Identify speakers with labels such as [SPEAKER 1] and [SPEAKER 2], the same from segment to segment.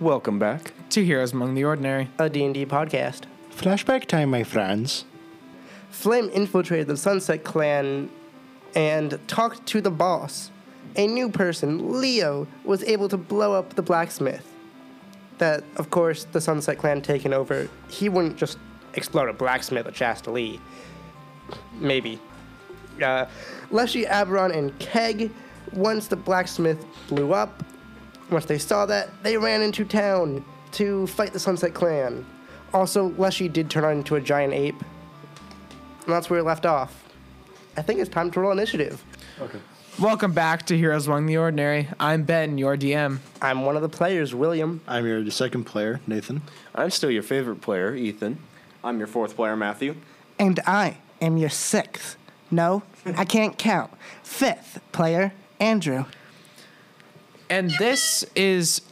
[SPEAKER 1] Welcome back.
[SPEAKER 2] Two heroes among the ordinary.
[SPEAKER 3] a D&D podcast.
[SPEAKER 4] Flashback time, my friends.
[SPEAKER 3] Flame infiltrated the Sunset Clan and talked to the boss. A new person, Leo, was able to blow up the blacksmith. That, of course, the Sunset Clan taken over. He wouldn't just explode a blacksmith at Shasta Lee. Maybe. Uh, Leshy, Aberon, and Keg, once the blacksmith blew up, once they saw that, they ran into town to fight the Sunset Clan. Also, Leshy did turn into a giant ape, and that's where we left off. I think it's time to roll initiative.
[SPEAKER 2] Welcome back to Heroes Among the Ordinary. I'm Ben, your DM.
[SPEAKER 3] I'm one of the players, William.
[SPEAKER 4] I'm your second player, Nathan.
[SPEAKER 1] I'm still your favorite player, Ethan. I'm your fourth player, Matthew.
[SPEAKER 3] And I am your sixth. No, I can't count. Fifth player, Andrew.
[SPEAKER 2] And this is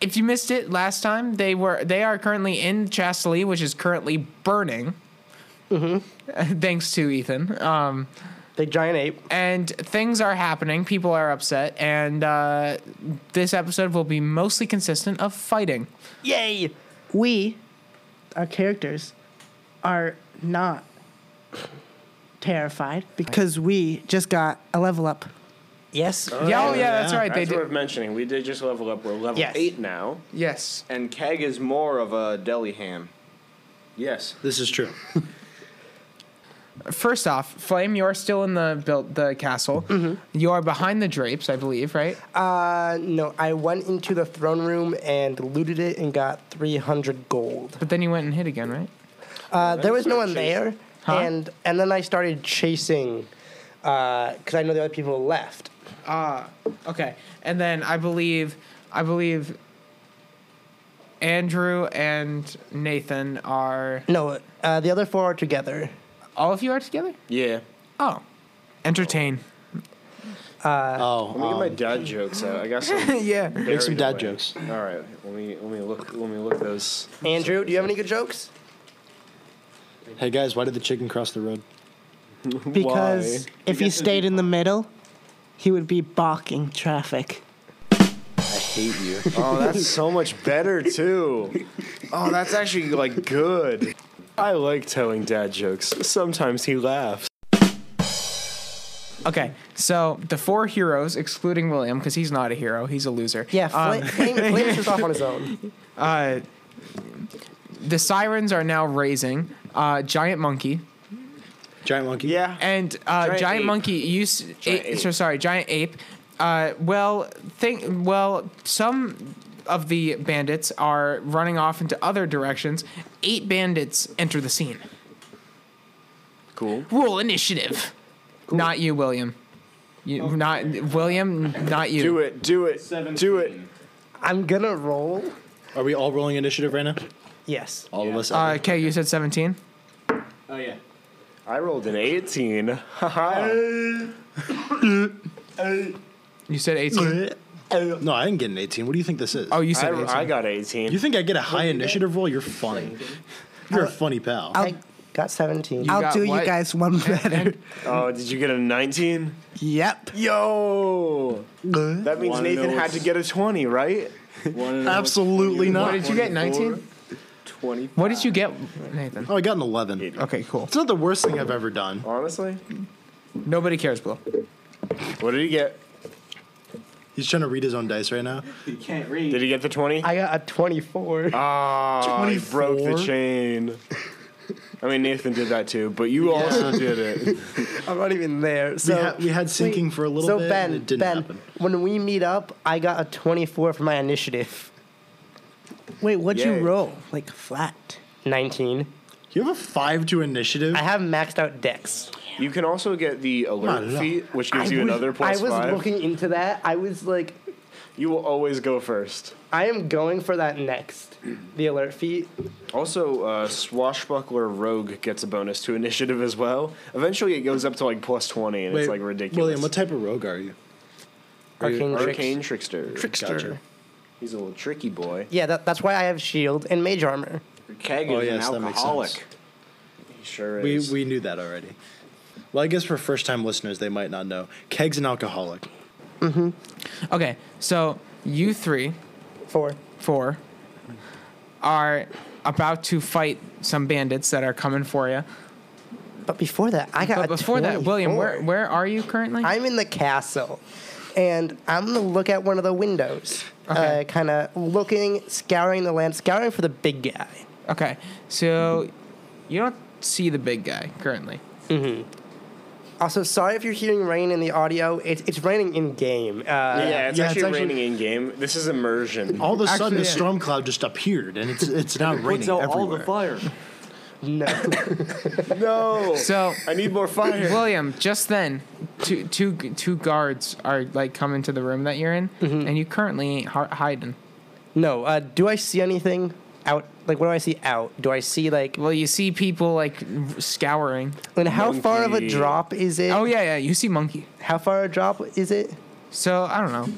[SPEAKER 2] if you missed it last time, they were they are currently in Chastelie, which is currently burning. Mm-hmm. Thanks to Ethan. Um,
[SPEAKER 3] Big giant ape.
[SPEAKER 2] and things are happening. People are upset, and uh, this episode will be mostly consistent of fighting.
[SPEAKER 3] Yay! We, our characters,
[SPEAKER 5] are not terrified because we just got a level up.
[SPEAKER 3] Yes.
[SPEAKER 2] yeah, oh yeah, that's
[SPEAKER 4] yeah.
[SPEAKER 2] right. They
[SPEAKER 1] That's
[SPEAKER 2] did.
[SPEAKER 1] worth mentioning. We did just level up. We're level
[SPEAKER 3] Yes.
[SPEAKER 1] eight now,
[SPEAKER 2] Yes.
[SPEAKER 1] and Keg is more of a deli ham. Yes.
[SPEAKER 4] This is true.
[SPEAKER 2] First off, Flame, you're still in the built the castle. You're behind the drapes, I believe, right?
[SPEAKER 3] Uh, no, I went into the throne room and looted it and got 300 gold.
[SPEAKER 2] But then you went and hit again, right?
[SPEAKER 3] Uh, there was no one
[SPEAKER 1] Chasing.
[SPEAKER 3] there,
[SPEAKER 2] Huh?
[SPEAKER 3] and and then I started chasing, because I know the other people left.
[SPEAKER 2] Okay. And then I believe I believe Andrew and Nathan are
[SPEAKER 3] No, uh, the other four are together.
[SPEAKER 2] all of you are together?
[SPEAKER 1] Yeah.
[SPEAKER 2] Oh. Entertain.
[SPEAKER 4] oh,
[SPEAKER 1] Let me get my dad jokes out. I got some.
[SPEAKER 2] yeah.
[SPEAKER 4] make some
[SPEAKER 1] buried
[SPEAKER 4] dad
[SPEAKER 1] away.
[SPEAKER 4] jokes.
[SPEAKER 1] All right. Let me let me look let me look those.
[SPEAKER 3] Andrew, do you have any good jokes?
[SPEAKER 4] Hey guys, why did the chicken cross the road?
[SPEAKER 5] Because if he stayed in the middle, he would be balking traffic.
[SPEAKER 4] I hate you.
[SPEAKER 1] Oh, that's so much better too. Oh, that's actually like good. I like telling dad jokes. Sometimes he laughs.
[SPEAKER 2] Okay. So the four heroes, excluding William, because he's not a hero, he's a loser.
[SPEAKER 3] Yeah,
[SPEAKER 2] Um,
[SPEAKER 5] Uh,
[SPEAKER 3] Flame, Flame, Flame is just off on his own.
[SPEAKER 2] uh, the sirens are now raising. Uh, giant monkey
[SPEAKER 4] Giant monkey.
[SPEAKER 1] Yeah.
[SPEAKER 2] and uh, giant,
[SPEAKER 1] Giant ape.
[SPEAKER 2] monkey. You s-
[SPEAKER 1] Giant
[SPEAKER 2] a-
[SPEAKER 1] ape.
[SPEAKER 2] so sorry, giant ape. Uh, well, think well. Some of the bandits are running off into other directions. Eight bandits enter the scene.
[SPEAKER 1] Cool.
[SPEAKER 2] Roll initiative. Not you, William. You not William. Not you.
[SPEAKER 1] Oh. Do it. Do it. Do it.
[SPEAKER 3] I'm gonna roll.
[SPEAKER 4] Are we all rolling initiative right now?
[SPEAKER 3] Yes.
[SPEAKER 4] All of us.
[SPEAKER 2] Uh, okay, you said seventeen.
[SPEAKER 4] oh yeah.
[SPEAKER 1] I rolled an 18. Haha.
[SPEAKER 2] You said eighteen.
[SPEAKER 4] No, I didn't get an 18. What do you think this is?
[SPEAKER 2] Oh, you
[SPEAKER 1] I,
[SPEAKER 2] said eighteen.
[SPEAKER 1] I got
[SPEAKER 4] You
[SPEAKER 1] 18.
[SPEAKER 4] think I get a high initiative roll? You're funny. You're a funny pal.
[SPEAKER 3] I got 17.
[SPEAKER 2] You
[SPEAKER 5] I'll
[SPEAKER 2] got
[SPEAKER 5] do
[SPEAKER 2] what?
[SPEAKER 5] you guys one better.
[SPEAKER 1] Oh, did you get a 19?
[SPEAKER 5] yep.
[SPEAKER 1] Yo. That means
[SPEAKER 6] Wanna know
[SPEAKER 1] Nathan had
[SPEAKER 6] what's-
[SPEAKER 1] to get a 20, right?
[SPEAKER 4] Absolutely
[SPEAKER 2] what
[SPEAKER 4] not.
[SPEAKER 2] did you get? Nineteen.
[SPEAKER 6] 20.
[SPEAKER 2] What did you get, Nathan?
[SPEAKER 4] Oh, I got an 11.
[SPEAKER 2] Okay, cool.
[SPEAKER 4] It's not the worst thing I've ever done.
[SPEAKER 1] Honestly?
[SPEAKER 2] Nobody cares, Will.
[SPEAKER 1] What did he get?
[SPEAKER 4] He's trying to read his own dice right now.
[SPEAKER 6] You can't read.
[SPEAKER 1] Did he get the 20?
[SPEAKER 3] I got a 24.
[SPEAKER 1] Ah, he broke the
[SPEAKER 4] 24?
[SPEAKER 1] chain. I mean, Nathan did that too, but you also did it.
[SPEAKER 3] I'm not even there.
[SPEAKER 4] We,
[SPEAKER 3] So,
[SPEAKER 4] ha- we had sinking for a little
[SPEAKER 3] so
[SPEAKER 4] bit.
[SPEAKER 3] Ben,
[SPEAKER 4] and it didn't
[SPEAKER 3] Ben,
[SPEAKER 4] happen.
[SPEAKER 3] when we meet up, I got a 24 for my initiative.
[SPEAKER 5] Wait, what'd
[SPEAKER 1] Yay.
[SPEAKER 5] you roll? Like flat.
[SPEAKER 3] 19.
[SPEAKER 4] You have a five to initiative.
[SPEAKER 3] I have maxed out dex.
[SPEAKER 1] You can also get the
[SPEAKER 4] Not
[SPEAKER 1] alert
[SPEAKER 4] at all.
[SPEAKER 1] feat, which gives
[SPEAKER 3] I
[SPEAKER 1] you
[SPEAKER 3] was-
[SPEAKER 1] another plus
[SPEAKER 3] I was
[SPEAKER 1] five.
[SPEAKER 3] looking into that. I was like,
[SPEAKER 1] You will always go first.
[SPEAKER 3] I am going for that next. The alert feat.
[SPEAKER 1] Also, uh, Swashbuckler Rogue gets a bonus to initiative as well. Eventually, it goes up to like plus 20, and it's like ridiculous.
[SPEAKER 4] William, what type of rogue are you? Are you-
[SPEAKER 3] Arcane,
[SPEAKER 1] Arcane
[SPEAKER 3] Arcane.
[SPEAKER 1] Trickster.
[SPEAKER 4] Gotcha.
[SPEAKER 1] He's a little tricky boy.
[SPEAKER 3] Yeah, that, that's why I have shield and mage armor.
[SPEAKER 1] Keg
[SPEAKER 4] Oh,
[SPEAKER 1] is
[SPEAKER 4] yes, that
[SPEAKER 1] an
[SPEAKER 4] makes sense.
[SPEAKER 1] alcoholic. He sure
[SPEAKER 4] We,
[SPEAKER 1] is.
[SPEAKER 4] we knew that already. Well, I guess for first time listeners, they might not know. Keg's an alcoholic.
[SPEAKER 2] Okay, so you three
[SPEAKER 3] Four.
[SPEAKER 2] four are about to fight some bandits that are coming for you.
[SPEAKER 3] But before that, I got.
[SPEAKER 2] But
[SPEAKER 3] a
[SPEAKER 2] before that, William,
[SPEAKER 3] 24.
[SPEAKER 2] where where are you currently?
[SPEAKER 3] I'm in the castle, and I'm gonna look at one of the windows,
[SPEAKER 2] Okay.
[SPEAKER 3] uh, kind of looking, scouring the land, scouring for the big guy.
[SPEAKER 2] okay, so you don't see the big guy currently.
[SPEAKER 3] Also, sorry if you're hearing rain in the audio. It's it's raining in game. Uh,
[SPEAKER 1] yeah, it's
[SPEAKER 4] Yeah, it's
[SPEAKER 1] actually Oh,
[SPEAKER 4] actually-
[SPEAKER 1] raining in game. This is immersion.
[SPEAKER 4] All of a sudden,
[SPEAKER 2] Actually,
[SPEAKER 4] the
[SPEAKER 2] yeah.
[SPEAKER 4] storm cloud just appeared, and it's it's now raining
[SPEAKER 6] Puts out all the
[SPEAKER 4] everywhere.
[SPEAKER 6] fire.
[SPEAKER 3] No.
[SPEAKER 1] no.
[SPEAKER 2] So
[SPEAKER 1] I need more fire.
[SPEAKER 2] William, just then, two two two guards are like coming to the room that you're in, and you currently ain't hi- hiding.
[SPEAKER 3] no. Uh, do I see anything out? Like, what do I see out? Do I see like?
[SPEAKER 2] Well, you see people like scouring.
[SPEAKER 3] And how far of a
[SPEAKER 1] Monkey.
[SPEAKER 3] drop is it?
[SPEAKER 2] Oh yeah, yeah. You see monkey.
[SPEAKER 3] How far a drop is it?
[SPEAKER 2] So I don't know.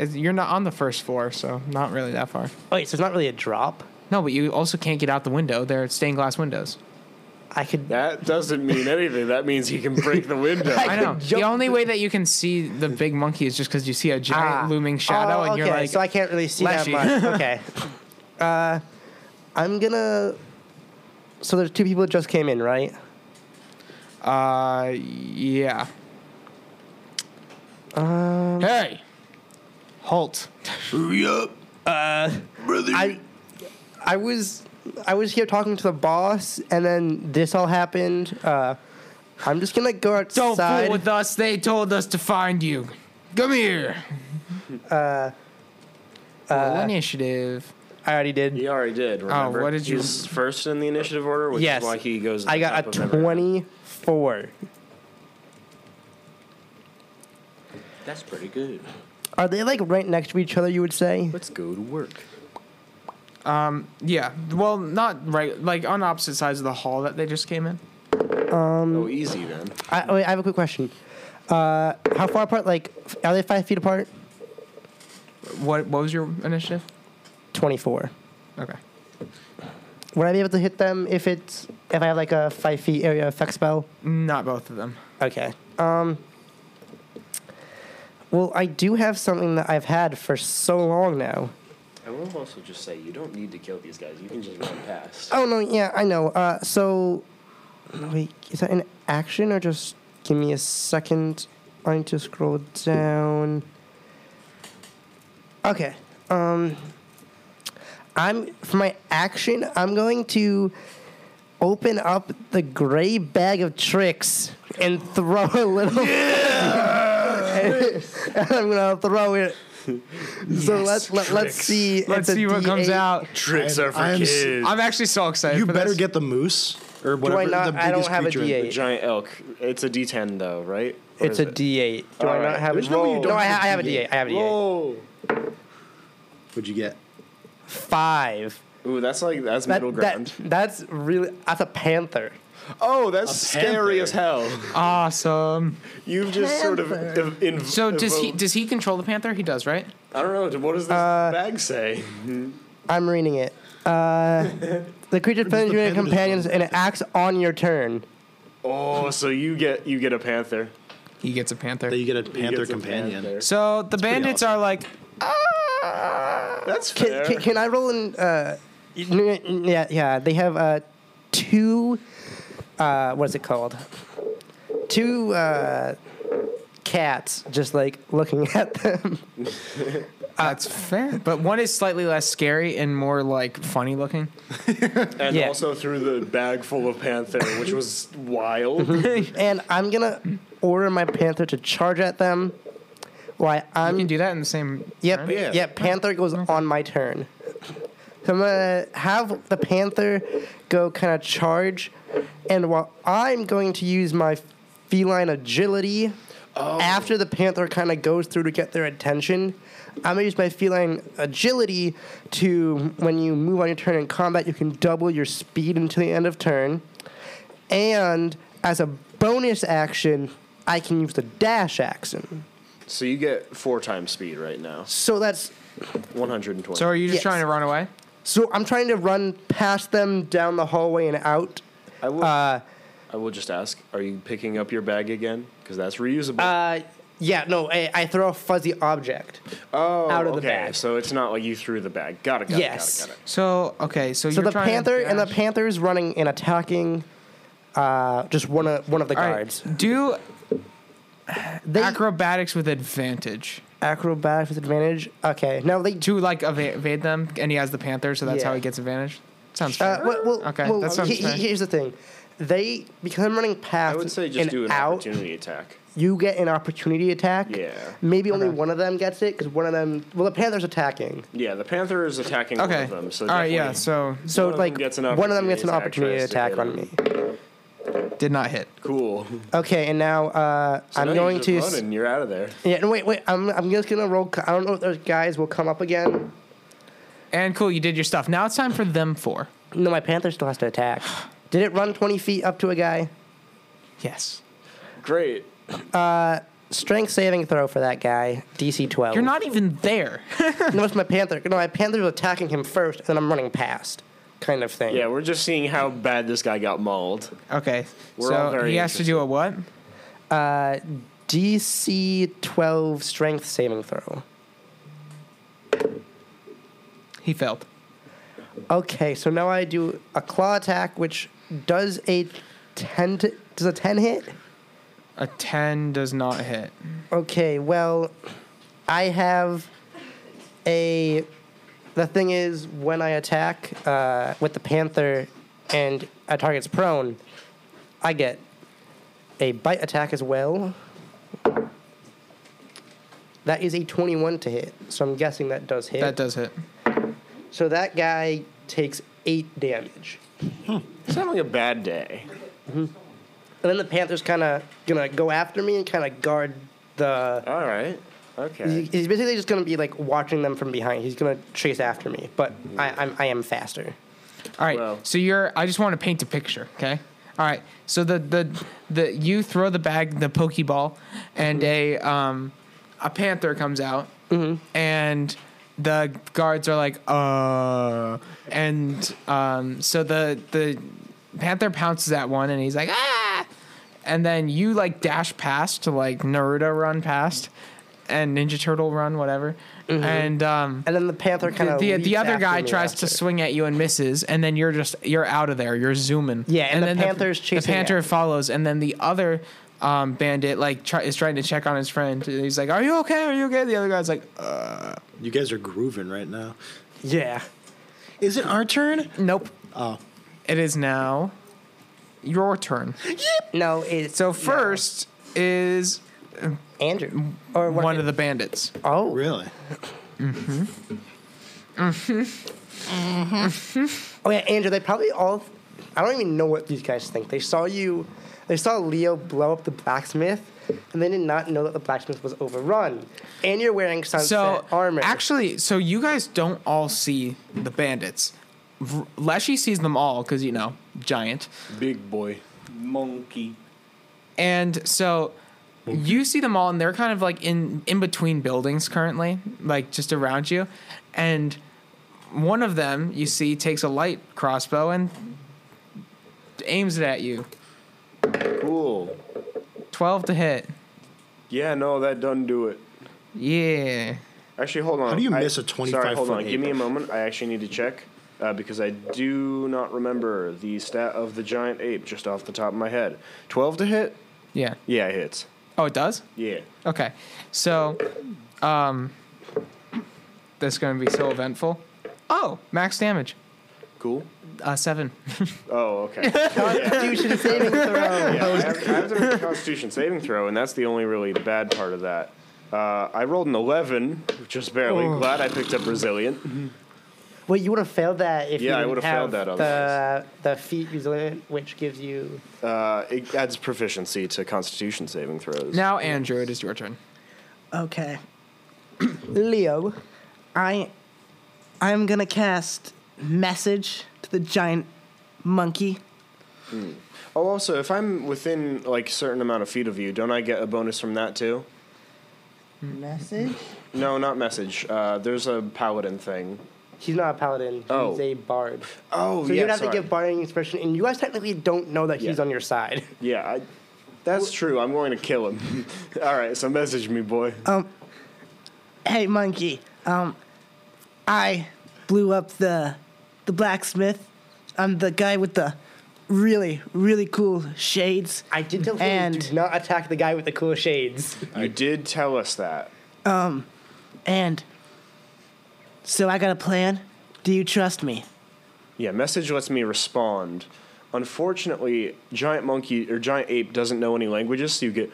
[SPEAKER 2] It's- You're not on the first floor, so not really that far.
[SPEAKER 3] Wait, Oh, so it's not really a drop.
[SPEAKER 2] No, but you also can't get out the window. They're stained glass windows.
[SPEAKER 3] I could.
[SPEAKER 1] That doesn't mean anything. That means he can break the window.
[SPEAKER 2] I know. The only way that you can see the big monkey is just because you see a giant
[SPEAKER 3] Ah.
[SPEAKER 2] looming shadow,
[SPEAKER 3] Oh,
[SPEAKER 2] and you're
[SPEAKER 3] okay,
[SPEAKER 2] like,
[SPEAKER 3] so I can't really see
[SPEAKER 2] "Leshy."
[SPEAKER 3] that much. Okay. uh, I'm gonna. So there's two people that just came in, right?
[SPEAKER 2] uh, yeah.
[SPEAKER 3] Um,
[SPEAKER 2] hey, halt!
[SPEAKER 3] I, I was, I was here talking to the boss, and then this all happened. Uh, I'm just gonna go
[SPEAKER 2] Don't
[SPEAKER 3] outside.
[SPEAKER 2] fool with us. They told us to find you. Come here. Uh, initiative.
[SPEAKER 3] I already did.
[SPEAKER 1] He already
[SPEAKER 3] Oh,
[SPEAKER 1] did. Remember?
[SPEAKER 2] what did you-
[SPEAKER 1] He's first in the initiative order, which
[SPEAKER 3] Yes.
[SPEAKER 1] is why he goes.
[SPEAKER 3] I got a
[SPEAKER 1] top of everyone.
[SPEAKER 3] 24.
[SPEAKER 6] That's pretty good.
[SPEAKER 3] Are they like right next to each other? You would say.
[SPEAKER 1] Let's go to work.
[SPEAKER 2] Yeah. Well, not right. Like on opposite sides of the hall that they just came in.
[SPEAKER 3] Um,
[SPEAKER 1] oh, easy then.
[SPEAKER 3] I, wait, I have a quick question. Uh, how far apart? Like, f- are they five feet apart?
[SPEAKER 2] What What was your initiative?
[SPEAKER 3] 24.
[SPEAKER 2] Okay.
[SPEAKER 3] Would I be able to hit them if it's if I have like a five feet area effect spell?
[SPEAKER 2] Not both of them.
[SPEAKER 3] Okay. Um. Well, I do have something that I've had for so long now.
[SPEAKER 1] I will also just say you don't need to kill these guys. You can just run past.
[SPEAKER 3] Oh no, yeah, I know. Uh, so, wait, is that an action or just give me a second? I need to scroll down. Okay. Um, I'm for my action. I'm going to open up the gray bag of tricks and throw a little. and I'm gonna throw it. So let's let, let's see.
[SPEAKER 2] Let's
[SPEAKER 3] It's a
[SPEAKER 2] see what comes
[SPEAKER 3] D8.
[SPEAKER 2] out.
[SPEAKER 1] Tricks
[SPEAKER 4] I'm-
[SPEAKER 1] are for
[SPEAKER 4] I'm s-
[SPEAKER 1] kids.
[SPEAKER 2] I'm actually so excited.
[SPEAKER 4] You
[SPEAKER 2] for
[SPEAKER 4] better
[SPEAKER 2] this.
[SPEAKER 4] get the moose or whatever.
[SPEAKER 3] not-
[SPEAKER 4] the
[SPEAKER 3] I don't
[SPEAKER 4] biggest
[SPEAKER 3] have a
[SPEAKER 4] creature in-
[SPEAKER 1] the
[SPEAKER 3] D8.
[SPEAKER 1] giant elk. It's a D10 though, right? Or
[SPEAKER 3] It's
[SPEAKER 1] is
[SPEAKER 3] a
[SPEAKER 1] it?
[SPEAKER 3] D8. Do I
[SPEAKER 1] Alright.
[SPEAKER 3] not have
[SPEAKER 1] There's
[SPEAKER 3] a
[SPEAKER 1] no way you don't
[SPEAKER 3] I,
[SPEAKER 1] have
[SPEAKER 3] ha- I have a D8. I have a D8.
[SPEAKER 1] Whoa.
[SPEAKER 4] What'd you get?
[SPEAKER 3] Five.
[SPEAKER 1] Ooh, that's like that's
[SPEAKER 3] That,
[SPEAKER 1] middle
[SPEAKER 3] that-
[SPEAKER 1] ground.
[SPEAKER 3] that's really that's a panther.
[SPEAKER 1] oh, that's scary
[SPEAKER 4] panther.
[SPEAKER 1] as hell.
[SPEAKER 2] awesome.
[SPEAKER 1] You've just sort of
[SPEAKER 3] Panther.
[SPEAKER 1] ev- inv-
[SPEAKER 2] So does he
[SPEAKER 1] evoked-
[SPEAKER 2] does he control the panther? He does, right?
[SPEAKER 1] I don't know. What does this
[SPEAKER 3] Uh,
[SPEAKER 1] bag say?
[SPEAKER 3] I'm reading it. Uh, the creature defends
[SPEAKER 4] the
[SPEAKER 3] you and
[SPEAKER 4] panther
[SPEAKER 3] companions, and it acts on your turn.
[SPEAKER 1] Oh, so you get you get a panther.
[SPEAKER 2] He gets a panther.
[SPEAKER 4] That you get a
[SPEAKER 1] He
[SPEAKER 4] panther
[SPEAKER 1] gets a
[SPEAKER 4] companion.
[SPEAKER 1] panther.
[SPEAKER 2] so the bandits are
[SPEAKER 4] awesome.
[SPEAKER 2] like, uh,
[SPEAKER 1] That's
[SPEAKER 3] Can,
[SPEAKER 1] fair.
[SPEAKER 3] can, can I roll in? Uh, n- n- yeah, yeah. They have uh, two. Uh, what's it called? Two uh, cats just like looking at them.
[SPEAKER 2] that's fair. But one is slightly less scary and more like funny looking.
[SPEAKER 1] and
[SPEAKER 3] yeah.
[SPEAKER 1] also through the bag full of panther, which was wild.
[SPEAKER 3] and I'm gonna order my panther to charge at them. Why
[SPEAKER 2] You
[SPEAKER 3] I'm
[SPEAKER 2] can do that in the same.
[SPEAKER 3] Yep.
[SPEAKER 2] turn.
[SPEAKER 1] Yeah.
[SPEAKER 3] Yeah. Panther goes on my turn. So I'm gonna have the panther go kind of charge, and while I'm going to use my feline agility, after the panther kind of goes through to get their attention, I'm gonna use my feline agility to when you move on your turn in combat, you can double your speed until the end of turn, and as a bonus action, I can use the dash action.
[SPEAKER 1] So you get four times speed right now,
[SPEAKER 3] So that's
[SPEAKER 1] 120.
[SPEAKER 2] So are you just
[SPEAKER 3] Yes.
[SPEAKER 2] trying to run away?
[SPEAKER 3] So I'm trying to run past them down the hallway and out.
[SPEAKER 1] I will.
[SPEAKER 3] Uh,
[SPEAKER 1] I will just ask: Are you picking up your bag again? Because that's reusable.
[SPEAKER 3] uh, Yeah, no, I, I throw a fuzzy object.
[SPEAKER 1] Oh,
[SPEAKER 3] Out of the
[SPEAKER 1] okay.
[SPEAKER 3] bag.
[SPEAKER 1] So it's not like you threw the bag. Got it. Got
[SPEAKER 3] Yes.
[SPEAKER 1] it. Got it. Got it.
[SPEAKER 2] So okay, so,
[SPEAKER 3] So
[SPEAKER 2] you're
[SPEAKER 3] the
[SPEAKER 2] trying to
[SPEAKER 3] panther and the
[SPEAKER 2] dash-
[SPEAKER 3] panther's running and attacking uh, just one of one of the
[SPEAKER 2] All right,
[SPEAKER 3] guards.
[SPEAKER 2] do
[SPEAKER 3] They
[SPEAKER 2] acrobatics with advantage
[SPEAKER 3] acrobatic with advantage. Okay, now they
[SPEAKER 2] to like eva- evade them, and he has the panther, so that's how
[SPEAKER 3] Yeah.
[SPEAKER 2] he gets advantage. Sounds
[SPEAKER 3] Uh,
[SPEAKER 2] fair.
[SPEAKER 3] well, well,
[SPEAKER 2] okay,
[SPEAKER 3] well,
[SPEAKER 2] that sounds
[SPEAKER 3] he- he-
[SPEAKER 2] fair.
[SPEAKER 3] here's the thing. They because I'm running past
[SPEAKER 1] I would say just
[SPEAKER 3] and
[SPEAKER 1] do an
[SPEAKER 3] out,
[SPEAKER 1] opportunity attack.
[SPEAKER 3] you get an opportunity attack.
[SPEAKER 1] Yeah.
[SPEAKER 3] Maybe only one of them gets it because one of them. Well, the panther's attacking,
[SPEAKER 1] Yeah, the panther is attacking one
[SPEAKER 2] okay.
[SPEAKER 1] of them. So
[SPEAKER 2] All right. Yeah.
[SPEAKER 1] definitely-
[SPEAKER 2] So
[SPEAKER 3] so
[SPEAKER 1] One of them
[SPEAKER 3] like
[SPEAKER 1] gets an
[SPEAKER 3] one of them gets an
[SPEAKER 1] opportunity
[SPEAKER 3] opportunity
[SPEAKER 1] attack,
[SPEAKER 3] attack on
[SPEAKER 1] tries
[SPEAKER 3] me.
[SPEAKER 2] did not hit.
[SPEAKER 1] cool.
[SPEAKER 3] Okay, and now uh,
[SPEAKER 1] So
[SPEAKER 3] I'm
[SPEAKER 1] now
[SPEAKER 3] going
[SPEAKER 1] you're
[SPEAKER 3] to.
[SPEAKER 1] just
[SPEAKER 3] s-
[SPEAKER 1] running. You're out of there.
[SPEAKER 3] Yeah, no, wait, wait. I'm I'm just gonna roll. c- I don't know if those guys will come up again.
[SPEAKER 2] And cool, you did your stuff. Now it's time for them four.
[SPEAKER 3] No, my panther still has to attack. Did it run 20 feet up to a guy?
[SPEAKER 2] Yes.
[SPEAKER 1] Great.
[SPEAKER 3] Strength saving throw for that guy. DC 12.
[SPEAKER 2] You're not even there.
[SPEAKER 3] No, it's my panther. No, my panther's attacking him first, and then I'm running past, kind of thing.
[SPEAKER 1] Yeah, we're just seeing how bad this guy got mauled.
[SPEAKER 2] okay.
[SPEAKER 1] We're
[SPEAKER 2] so
[SPEAKER 1] all very
[SPEAKER 2] he has to do a what?
[SPEAKER 3] Uh, DC 12 strength saving throw.
[SPEAKER 2] He failed.
[SPEAKER 3] Okay, so now I do a claw attack, which does a 10 to, does a 10 hit?
[SPEAKER 2] A ten does not hit.
[SPEAKER 3] Okay, well, I have a. The thing is, when I attack uh, with the panther and a target's prone, I get a bite attack as well. That is a 21 to hit, so I'm guessing that does hit.
[SPEAKER 2] That does hit.
[SPEAKER 3] so that guy takes 8 damage.
[SPEAKER 1] It's having a bad day.
[SPEAKER 3] And then the panther's kind of gonna go after me and kind of guard the
[SPEAKER 1] All right. Okay.
[SPEAKER 3] He- He's basically just gonna be like watching them from behind. He's gonna chase after me, but I, I'm I am faster.
[SPEAKER 2] All right.
[SPEAKER 1] Well-
[SPEAKER 2] So you're. I just want to paint a picture. Okay. All right. So the the the you throw the bag, the pokeball, and a um a panther comes out, and the guards are like, uh, and um so the the panther pounces at one, and he's like, ah, and then you like dash past to like Naruto run past, and Ninja Turtle run whatever, and um
[SPEAKER 3] And then the panther kind
[SPEAKER 2] the,
[SPEAKER 3] of
[SPEAKER 2] the, the other guy tries to
[SPEAKER 3] swing.
[SPEAKER 2] swing at you and misses, and then you're just you're out of there. You're zooming.
[SPEAKER 3] Yeah, and the
[SPEAKER 2] then
[SPEAKER 3] panther's
[SPEAKER 2] The
[SPEAKER 3] chasing
[SPEAKER 2] panther
[SPEAKER 3] after.
[SPEAKER 2] follows, and then the other um, bandit like try, is trying to check on his friend. He's like, "Are you okay? Are you okay?" The other guy's like, uh,
[SPEAKER 4] You guys are grooving right now.
[SPEAKER 3] Yeah,
[SPEAKER 4] Is it our turn?
[SPEAKER 2] "Nope." Oh, it is now your turn.
[SPEAKER 3] no, it's
[SPEAKER 2] So first is
[SPEAKER 3] no. Andrew or
[SPEAKER 2] one of the bandits.
[SPEAKER 3] oh
[SPEAKER 4] Really?
[SPEAKER 3] oh yeah, Andrew. They probably all. I don't even know what these guys think. They saw you. They saw Leo blow up the blacksmith, and they did not know that the blacksmith was overrun. And you're wearing sunset
[SPEAKER 2] so
[SPEAKER 3] armor.
[SPEAKER 2] Actually, so you guys don't all see the bandits. V- Leshy sees them all because you know giant.
[SPEAKER 1] Big boy.
[SPEAKER 6] Monkey.
[SPEAKER 2] And so you see them all, and they're kind of like in in between buildings currently, like just around you. And one of them you see takes a light crossbow and aims it at you.
[SPEAKER 1] Cool.
[SPEAKER 2] Twelve to hit.
[SPEAKER 1] Yeah, no, that doesn't do it.
[SPEAKER 2] Yeah.
[SPEAKER 1] Actually, hold on.
[SPEAKER 4] How do you
[SPEAKER 1] I-
[SPEAKER 4] miss a 25
[SPEAKER 1] Sorry, hold
[SPEAKER 4] foot
[SPEAKER 1] on. Give me a
[SPEAKER 4] ape?
[SPEAKER 1] moment. I actually need to check uh, because I do not remember the stat of the giant ape just off the top of my head. 12 to hit?
[SPEAKER 2] Yeah.
[SPEAKER 1] Yeah, it hits.
[SPEAKER 2] Oh, it does.
[SPEAKER 1] Yeah.
[SPEAKER 2] Okay. So, um, that's going to be so eventful. Oh, max damage.
[SPEAKER 1] Cool.
[SPEAKER 2] Uh, seven.
[SPEAKER 1] Oh, okay. Yeah,
[SPEAKER 3] Constitution saving throw.
[SPEAKER 1] I, have, I have to make a Constitution saving throw, and that's the only really bad part of that. Uh, I rolled an 11, just barely.
[SPEAKER 3] Oh.
[SPEAKER 1] Glad I picked up resilient.
[SPEAKER 3] Wait, you would have failed that if
[SPEAKER 1] Yeah, I
[SPEAKER 3] you
[SPEAKER 1] would've
[SPEAKER 3] didn't
[SPEAKER 1] failed
[SPEAKER 3] have
[SPEAKER 1] that
[SPEAKER 3] the the feat resilient, which gives you
[SPEAKER 1] Uh, it adds proficiency to Constitution saving throws.
[SPEAKER 2] now, Andrew, it is your turn.
[SPEAKER 5] Okay.
[SPEAKER 3] Leo.
[SPEAKER 5] I I'm gonna cast message to the giant monkey.
[SPEAKER 1] Oh, also, if I'm within like certain amount of feet of you, don't I get a bonus from that too?
[SPEAKER 5] Message?
[SPEAKER 1] No, not message. Uh, there's a paladin thing.
[SPEAKER 3] He's not a paladin. He's
[SPEAKER 1] Oh.
[SPEAKER 3] a bard.
[SPEAKER 1] Oh,
[SPEAKER 3] So you'd have to give barding expression, and you guys technically don't know that he's
[SPEAKER 1] Yeah.
[SPEAKER 3] on your side.
[SPEAKER 1] Yeah, I, That's true. I'm going to kill him. All right, so message me, boy.
[SPEAKER 3] Oh.
[SPEAKER 5] Hey, monkey. Um, I blew up the the blacksmith. I'm the guy with the really really cool shades.
[SPEAKER 3] I did tell
[SPEAKER 5] And-
[SPEAKER 3] you do not attack the guy with the cool shades.
[SPEAKER 1] you did tell us that.
[SPEAKER 5] And so I got a plan. Do you trust me?
[SPEAKER 1] Yeah, message lets me respond. Unfortunately, giant monkey or giant ape doesn't know any languages, so you get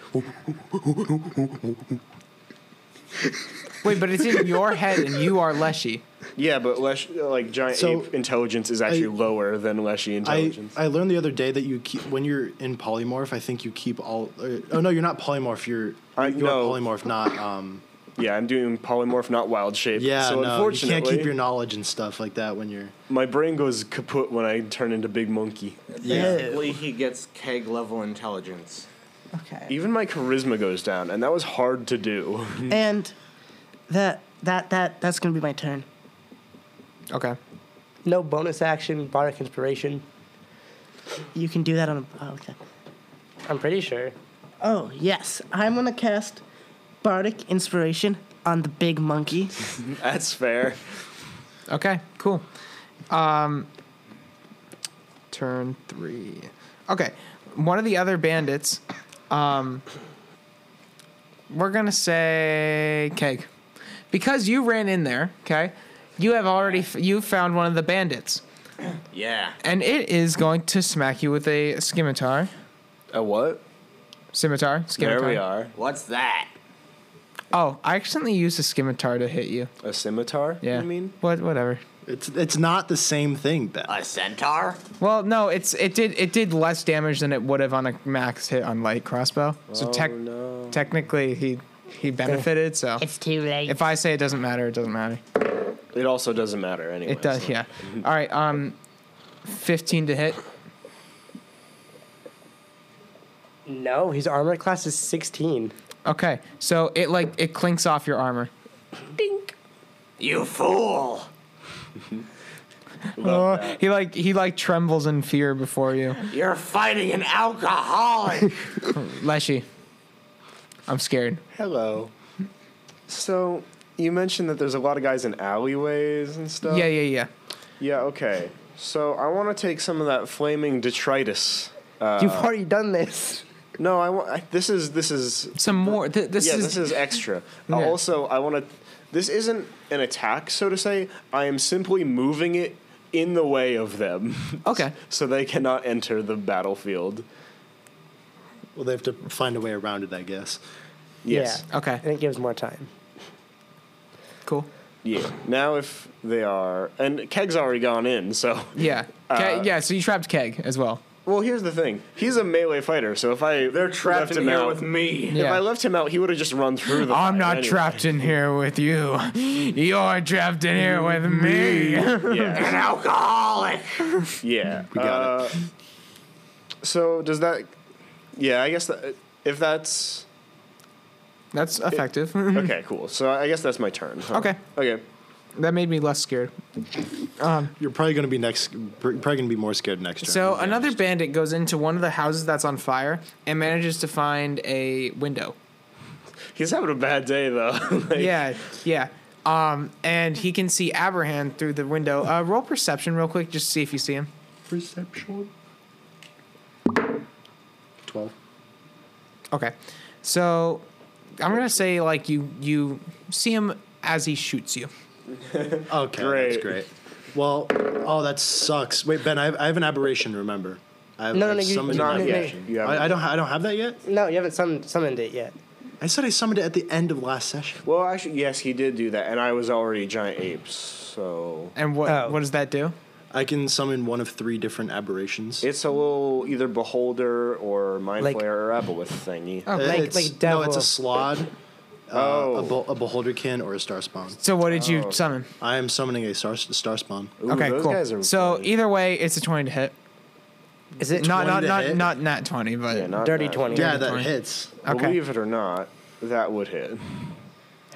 [SPEAKER 2] Wait, but it's in your head and you are Leshy.
[SPEAKER 1] yeah, but Lesh, like giant
[SPEAKER 4] So,
[SPEAKER 1] ape intelligence is actually lower than Leshy
[SPEAKER 4] I,
[SPEAKER 1] intelligence.
[SPEAKER 4] I learned the other day that you keep when you're in polymorph. I think you keep all. Or, oh no, you're not polymorph. You're
[SPEAKER 1] I-
[SPEAKER 4] you're
[SPEAKER 1] no.
[SPEAKER 4] polymorph, not um.
[SPEAKER 1] yeah, I'm doing polymorph, not wild shape.
[SPEAKER 4] Yeah,
[SPEAKER 1] so
[SPEAKER 4] no, you
[SPEAKER 1] unfortunately,
[SPEAKER 4] can't keep your knowledge and stuff like that when you're.
[SPEAKER 1] my brain goes kaput when I turn into big monkey.
[SPEAKER 6] Basically, he gets keg level intelligence.
[SPEAKER 5] Oh, Okay.
[SPEAKER 1] Even my charisma goes down, and that was hard to do.
[SPEAKER 5] And that that that that's gonna be my turn.
[SPEAKER 2] Okay.
[SPEAKER 3] No bonus action, bardic inspiration.
[SPEAKER 5] You can do that on a. Oh, okay.
[SPEAKER 3] I'm pretty sure.
[SPEAKER 5] Oh yes, I'm gonna cast bardic inspiration on the big monkey.
[SPEAKER 1] That's fair.
[SPEAKER 2] Okay, cool. Um, turn three. Okay, one of the other bandits. Um, we're gonna say Keg, because you ran in there. Okay, you have already f- you found one of the bandits,
[SPEAKER 6] Yeah.
[SPEAKER 2] and it is going to smack you with a scimitar.
[SPEAKER 1] A what?
[SPEAKER 2] Scimitar. Scimitar.
[SPEAKER 1] There we are.
[SPEAKER 6] What's that?
[SPEAKER 2] Oh, I accidentally used a scimitar to hit you.
[SPEAKER 1] A scimitar?
[SPEAKER 2] Yeah.
[SPEAKER 1] You mean?
[SPEAKER 2] what? Whatever.
[SPEAKER 4] It's it's not the same thing, Beth.
[SPEAKER 6] A centaur?
[SPEAKER 2] Well, no, it's it did it did less damage than it would have on a max hit on light crossbow. So tech
[SPEAKER 1] Oh, no.
[SPEAKER 2] technically he he benefited. So
[SPEAKER 3] It's too late.
[SPEAKER 2] if I say it doesn't matter, it doesn't matter.
[SPEAKER 1] It also doesn't matter anyway.
[SPEAKER 2] It does, yeah. All right, um, fifteen to hit.
[SPEAKER 3] no, his armor class is 16.
[SPEAKER 2] Okay, so it like it clinks off your armor.
[SPEAKER 6] You fool!
[SPEAKER 2] Oh, he like he like trembles in fear before you,
[SPEAKER 6] You're fighting an alcoholic!
[SPEAKER 2] Leshy. I'm scared.
[SPEAKER 1] Hello. So you mentioned that there's a lot of guys in alleyways and stuff.
[SPEAKER 2] Yeah, yeah, yeah.
[SPEAKER 1] Yeah. Okay. So I want to take some of that flaming detritus.
[SPEAKER 3] You've already done this.
[SPEAKER 1] No, I want. I, this is this is
[SPEAKER 2] Some more. Th- this
[SPEAKER 1] yeah.
[SPEAKER 2] is
[SPEAKER 1] This is extra.
[SPEAKER 2] Yeah.
[SPEAKER 1] Uh, also, I want to. This isn't an attack, so to say. I am simply moving it in the way of them,
[SPEAKER 2] okay.
[SPEAKER 1] so they cannot enter the battlefield.
[SPEAKER 4] Well, they have to find a way around it, I guess.
[SPEAKER 1] Yes.
[SPEAKER 3] Yeah.
[SPEAKER 2] Okay.
[SPEAKER 3] And it gives more time.
[SPEAKER 2] Cool.
[SPEAKER 1] Yeah. Now, if they are, and Keg's already gone in, so
[SPEAKER 2] Yeah.
[SPEAKER 1] Uh,
[SPEAKER 2] Ke- yeah. So you trapped Keg as well.
[SPEAKER 1] Well, here's the thing. He's a melee fighter, so if I
[SPEAKER 6] They're trapped
[SPEAKER 1] left
[SPEAKER 6] in
[SPEAKER 1] him
[SPEAKER 6] here
[SPEAKER 1] out,
[SPEAKER 6] with me.
[SPEAKER 2] Yeah.
[SPEAKER 1] if I left him out, he would have just run through the.
[SPEAKER 2] I'm
[SPEAKER 1] fire
[SPEAKER 2] not
[SPEAKER 1] anyway.
[SPEAKER 2] trapped in here with you. You're trapped in here with me.
[SPEAKER 1] Yeah,
[SPEAKER 6] An alcoholic!
[SPEAKER 1] yeah.
[SPEAKER 4] We got
[SPEAKER 1] uh, So does that? Yeah, I guess that if that's
[SPEAKER 2] That's effective.
[SPEAKER 1] okay, cool. So I guess that's my turn. huh?
[SPEAKER 2] Okay.
[SPEAKER 1] Okay.
[SPEAKER 2] that made me less scared.
[SPEAKER 4] You're probably going to be next. Probably going to be more scared next turn.
[SPEAKER 2] So another bandit goes into one of the houses that's on fire and manages to find a window.
[SPEAKER 1] He's having a bad day though. Like,
[SPEAKER 2] Yeah, yeah. Um, and he can see Abraham through the window. Uh, roll perception real quick, just to see if you see him.
[SPEAKER 4] perception. Twelve.
[SPEAKER 2] Okay. So I'm gonna say like you you see him as he shoots you.
[SPEAKER 4] Okay,
[SPEAKER 1] Great.
[SPEAKER 4] that's great. Well, oh, that sucks. Wait, Ben, I have, I have an aberration. Remember, I have,
[SPEAKER 3] No,
[SPEAKER 4] I
[SPEAKER 3] no,
[SPEAKER 4] have
[SPEAKER 3] no, you-
[SPEAKER 4] summoned
[SPEAKER 1] Not
[SPEAKER 4] an
[SPEAKER 1] yet.
[SPEAKER 4] aberration.
[SPEAKER 1] You haven't.
[SPEAKER 4] I, I don't. ha- I don't have that yet.
[SPEAKER 3] No, you haven't summoned, summoned it yet.
[SPEAKER 4] I said I summoned it at the end of last session.
[SPEAKER 1] Well, actually, yes, he did do that, and I was already giant apes, so
[SPEAKER 2] And what
[SPEAKER 3] Oh.
[SPEAKER 2] what does that do?
[SPEAKER 4] I can summon one of three different aberrations.
[SPEAKER 1] it's a little either beholder or mind
[SPEAKER 3] Like-
[SPEAKER 1] flayer or aboleth thingy.
[SPEAKER 2] Oh.
[SPEAKER 4] Uh,
[SPEAKER 3] like-
[SPEAKER 4] it's-
[SPEAKER 3] like
[SPEAKER 4] no, it's a
[SPEAKER 3] devil.
[SPEAKER 4] slod,
[SPEAKER 1] oh,
[SPEAKER 4] a, bol- a beholderkin, or a star spawn.
[SPEAKER 2] So what did you summon?
[SPEAKER 4] I am summoning a star, star spawn.
[SPEAKER 1] Ooh,
[SPEAKER 2] okay,
[SPEAKER 1] those
[SPEAKER 2] cool.
[SPEAKER 1] guys are
[SPEAKER 2] so
[SPEAKER 1] funny.
[SPEAKER 2] either way, it's a twenty to hit.
[SPEAKER 3] Is it
[SPEAKER 2] Not
[SPEAKER 4] 20
[SPEAKER 2] not
[SPEAKER 4] to
[SPEAKER 2] not
[SPEAKER 4] hit?
[SPEAKER 2] not not twenty, but
[SPEAKER 1] Yeah, not
[SPEAKER 3] dirty
[SPEAKER 1] bad.
[SPEAKER 3] 20?
[SPEAKER 4] Yeah, that
[SPEAKER 2] Fine.
[SPEAKER 4] hits.
[SPEAKER 2] okay.
[SPEAKER 1] Believe it or not, that would hit.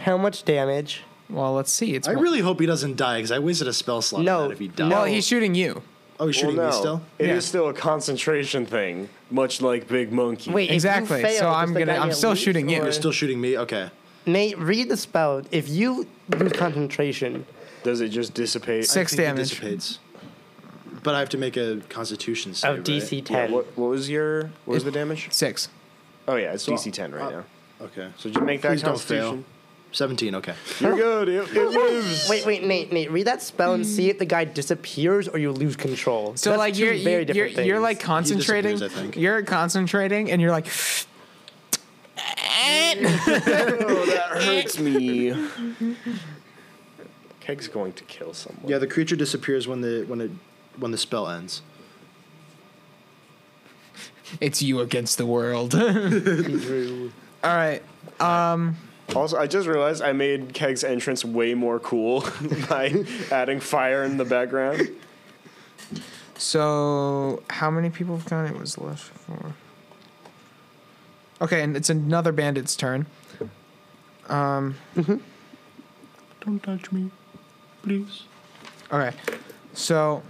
[SPEAKER 3] How much damage?
[SPEAKER 2] Well, let's see. It's
[SPEAKER 4] I
[SPEAKER 2] one-
[SPEAKER 4] really hope he doesn't die because I wasted a spell slot. on
[SPEAKER 3] No,
[SPEAKER 4] that if he died.
[SPEAKER 2] well. He's shooting you.
[SPEAKER 4] Oh, you're shooting
[SPEAKER 1] well,
[SPEAKER 4] me
[SPEAKER 1] no.
[SPEAKER 4] still?
[SPEAKER 1] It is
[SPEAKER 2] Yeah.
[SPEAKER 1] still a concentration thing, much like Big Monkey.
[SPEAKER 3] Wait, if you
[SPEAKER 2] Exactly.
[SPEAKER 3] fail,
[SPEAKER 2] So
[SPEAKER 3] does
[SPEAKER 2] I'm
[SPEAKER 3] the
[SPEAKER 2] gonna-
[SPEAKER 3] guy
[SPEAKER 2] I'm
[SPEAKER 3] get
[SPEAKER 2] still
[SPEAKER 3] loot,
[SPEAKER 2] shooting you.
[SPEAKER 3] or-
[SPEAKER 2] You're
[SPEAKER 4] You're still shooting me? Okay.
[SPEAKER 3] Nate, read the spell. If you lose concentration,
[SPEAKER 1] does it just dissipate?
[SPEAKER 2] Six.
[SPEAKER 4] I think it
[SPEAKER 2] damage.
[SPEAKER 4] dissipates. But I have to make a Constitution save.
[SPEAKER 3] Of DC
[SPEAKER 4] right?
[SPEAKER 3] 10.
[SPEAKER 1] Yeah, what, what was your what was the damage?
[SPEAKER 2] Six.
[SPEAKER 1] Oh yeah, it's
[SPEAKER 4] So-
[SPEAKER 1] DC ten right
[SPEAKER 4] uh,
[SPEAKER 1] now.
[SPEAKER 4] Okay.
[SPEAKER 1] So just make that
[SPEAKER 4] Please don't
[SPEAKER 1] Constitution.
[SPEAKER 4] fail. Seventeen. Okay.
[SPEAKER 1] You're good. It, it lives.
[SPEAKER 3] Wait, wait, Nate, Nate, read that spell and see if the guy disappears or you lose control.
[SPEAKER 2] So
[SPEAKER 3] That's
[SPEAKER 2] like
[SPEAKER 3] two
[SPEAKER 2] you're
[SPEAKER 3] very
[SPEAKER 2] you're, you're,
[SPEAKER 3] different
[SPEAKER 2] you're
[SPEAKER 3] things.
[SPEAKER 2] like concentrating.
[SPEAKER 4] disappears, I think.
[SPEAKER 2] You're concentrating, and you're like,
[SPEAKER 1] Oh, that hurts me. Keg's going to kill someone.
[SPEAKER 4] Yeah, the creature disappears when the when it when the spell ends.
[SPEAKER 2] "It's you against the world." All right.
[SPEAKER 1] Also, I just realized I made Keg's entrance way more cool by adding fire in the background.
[SPEAKER 2] So how many people have gone? It was left for. Okay, and it's another bandit's turn. Um,
[SPEAKER 4] Mm-hmm. Don't touch me, please.
[SPEAKER 2] Okay. So,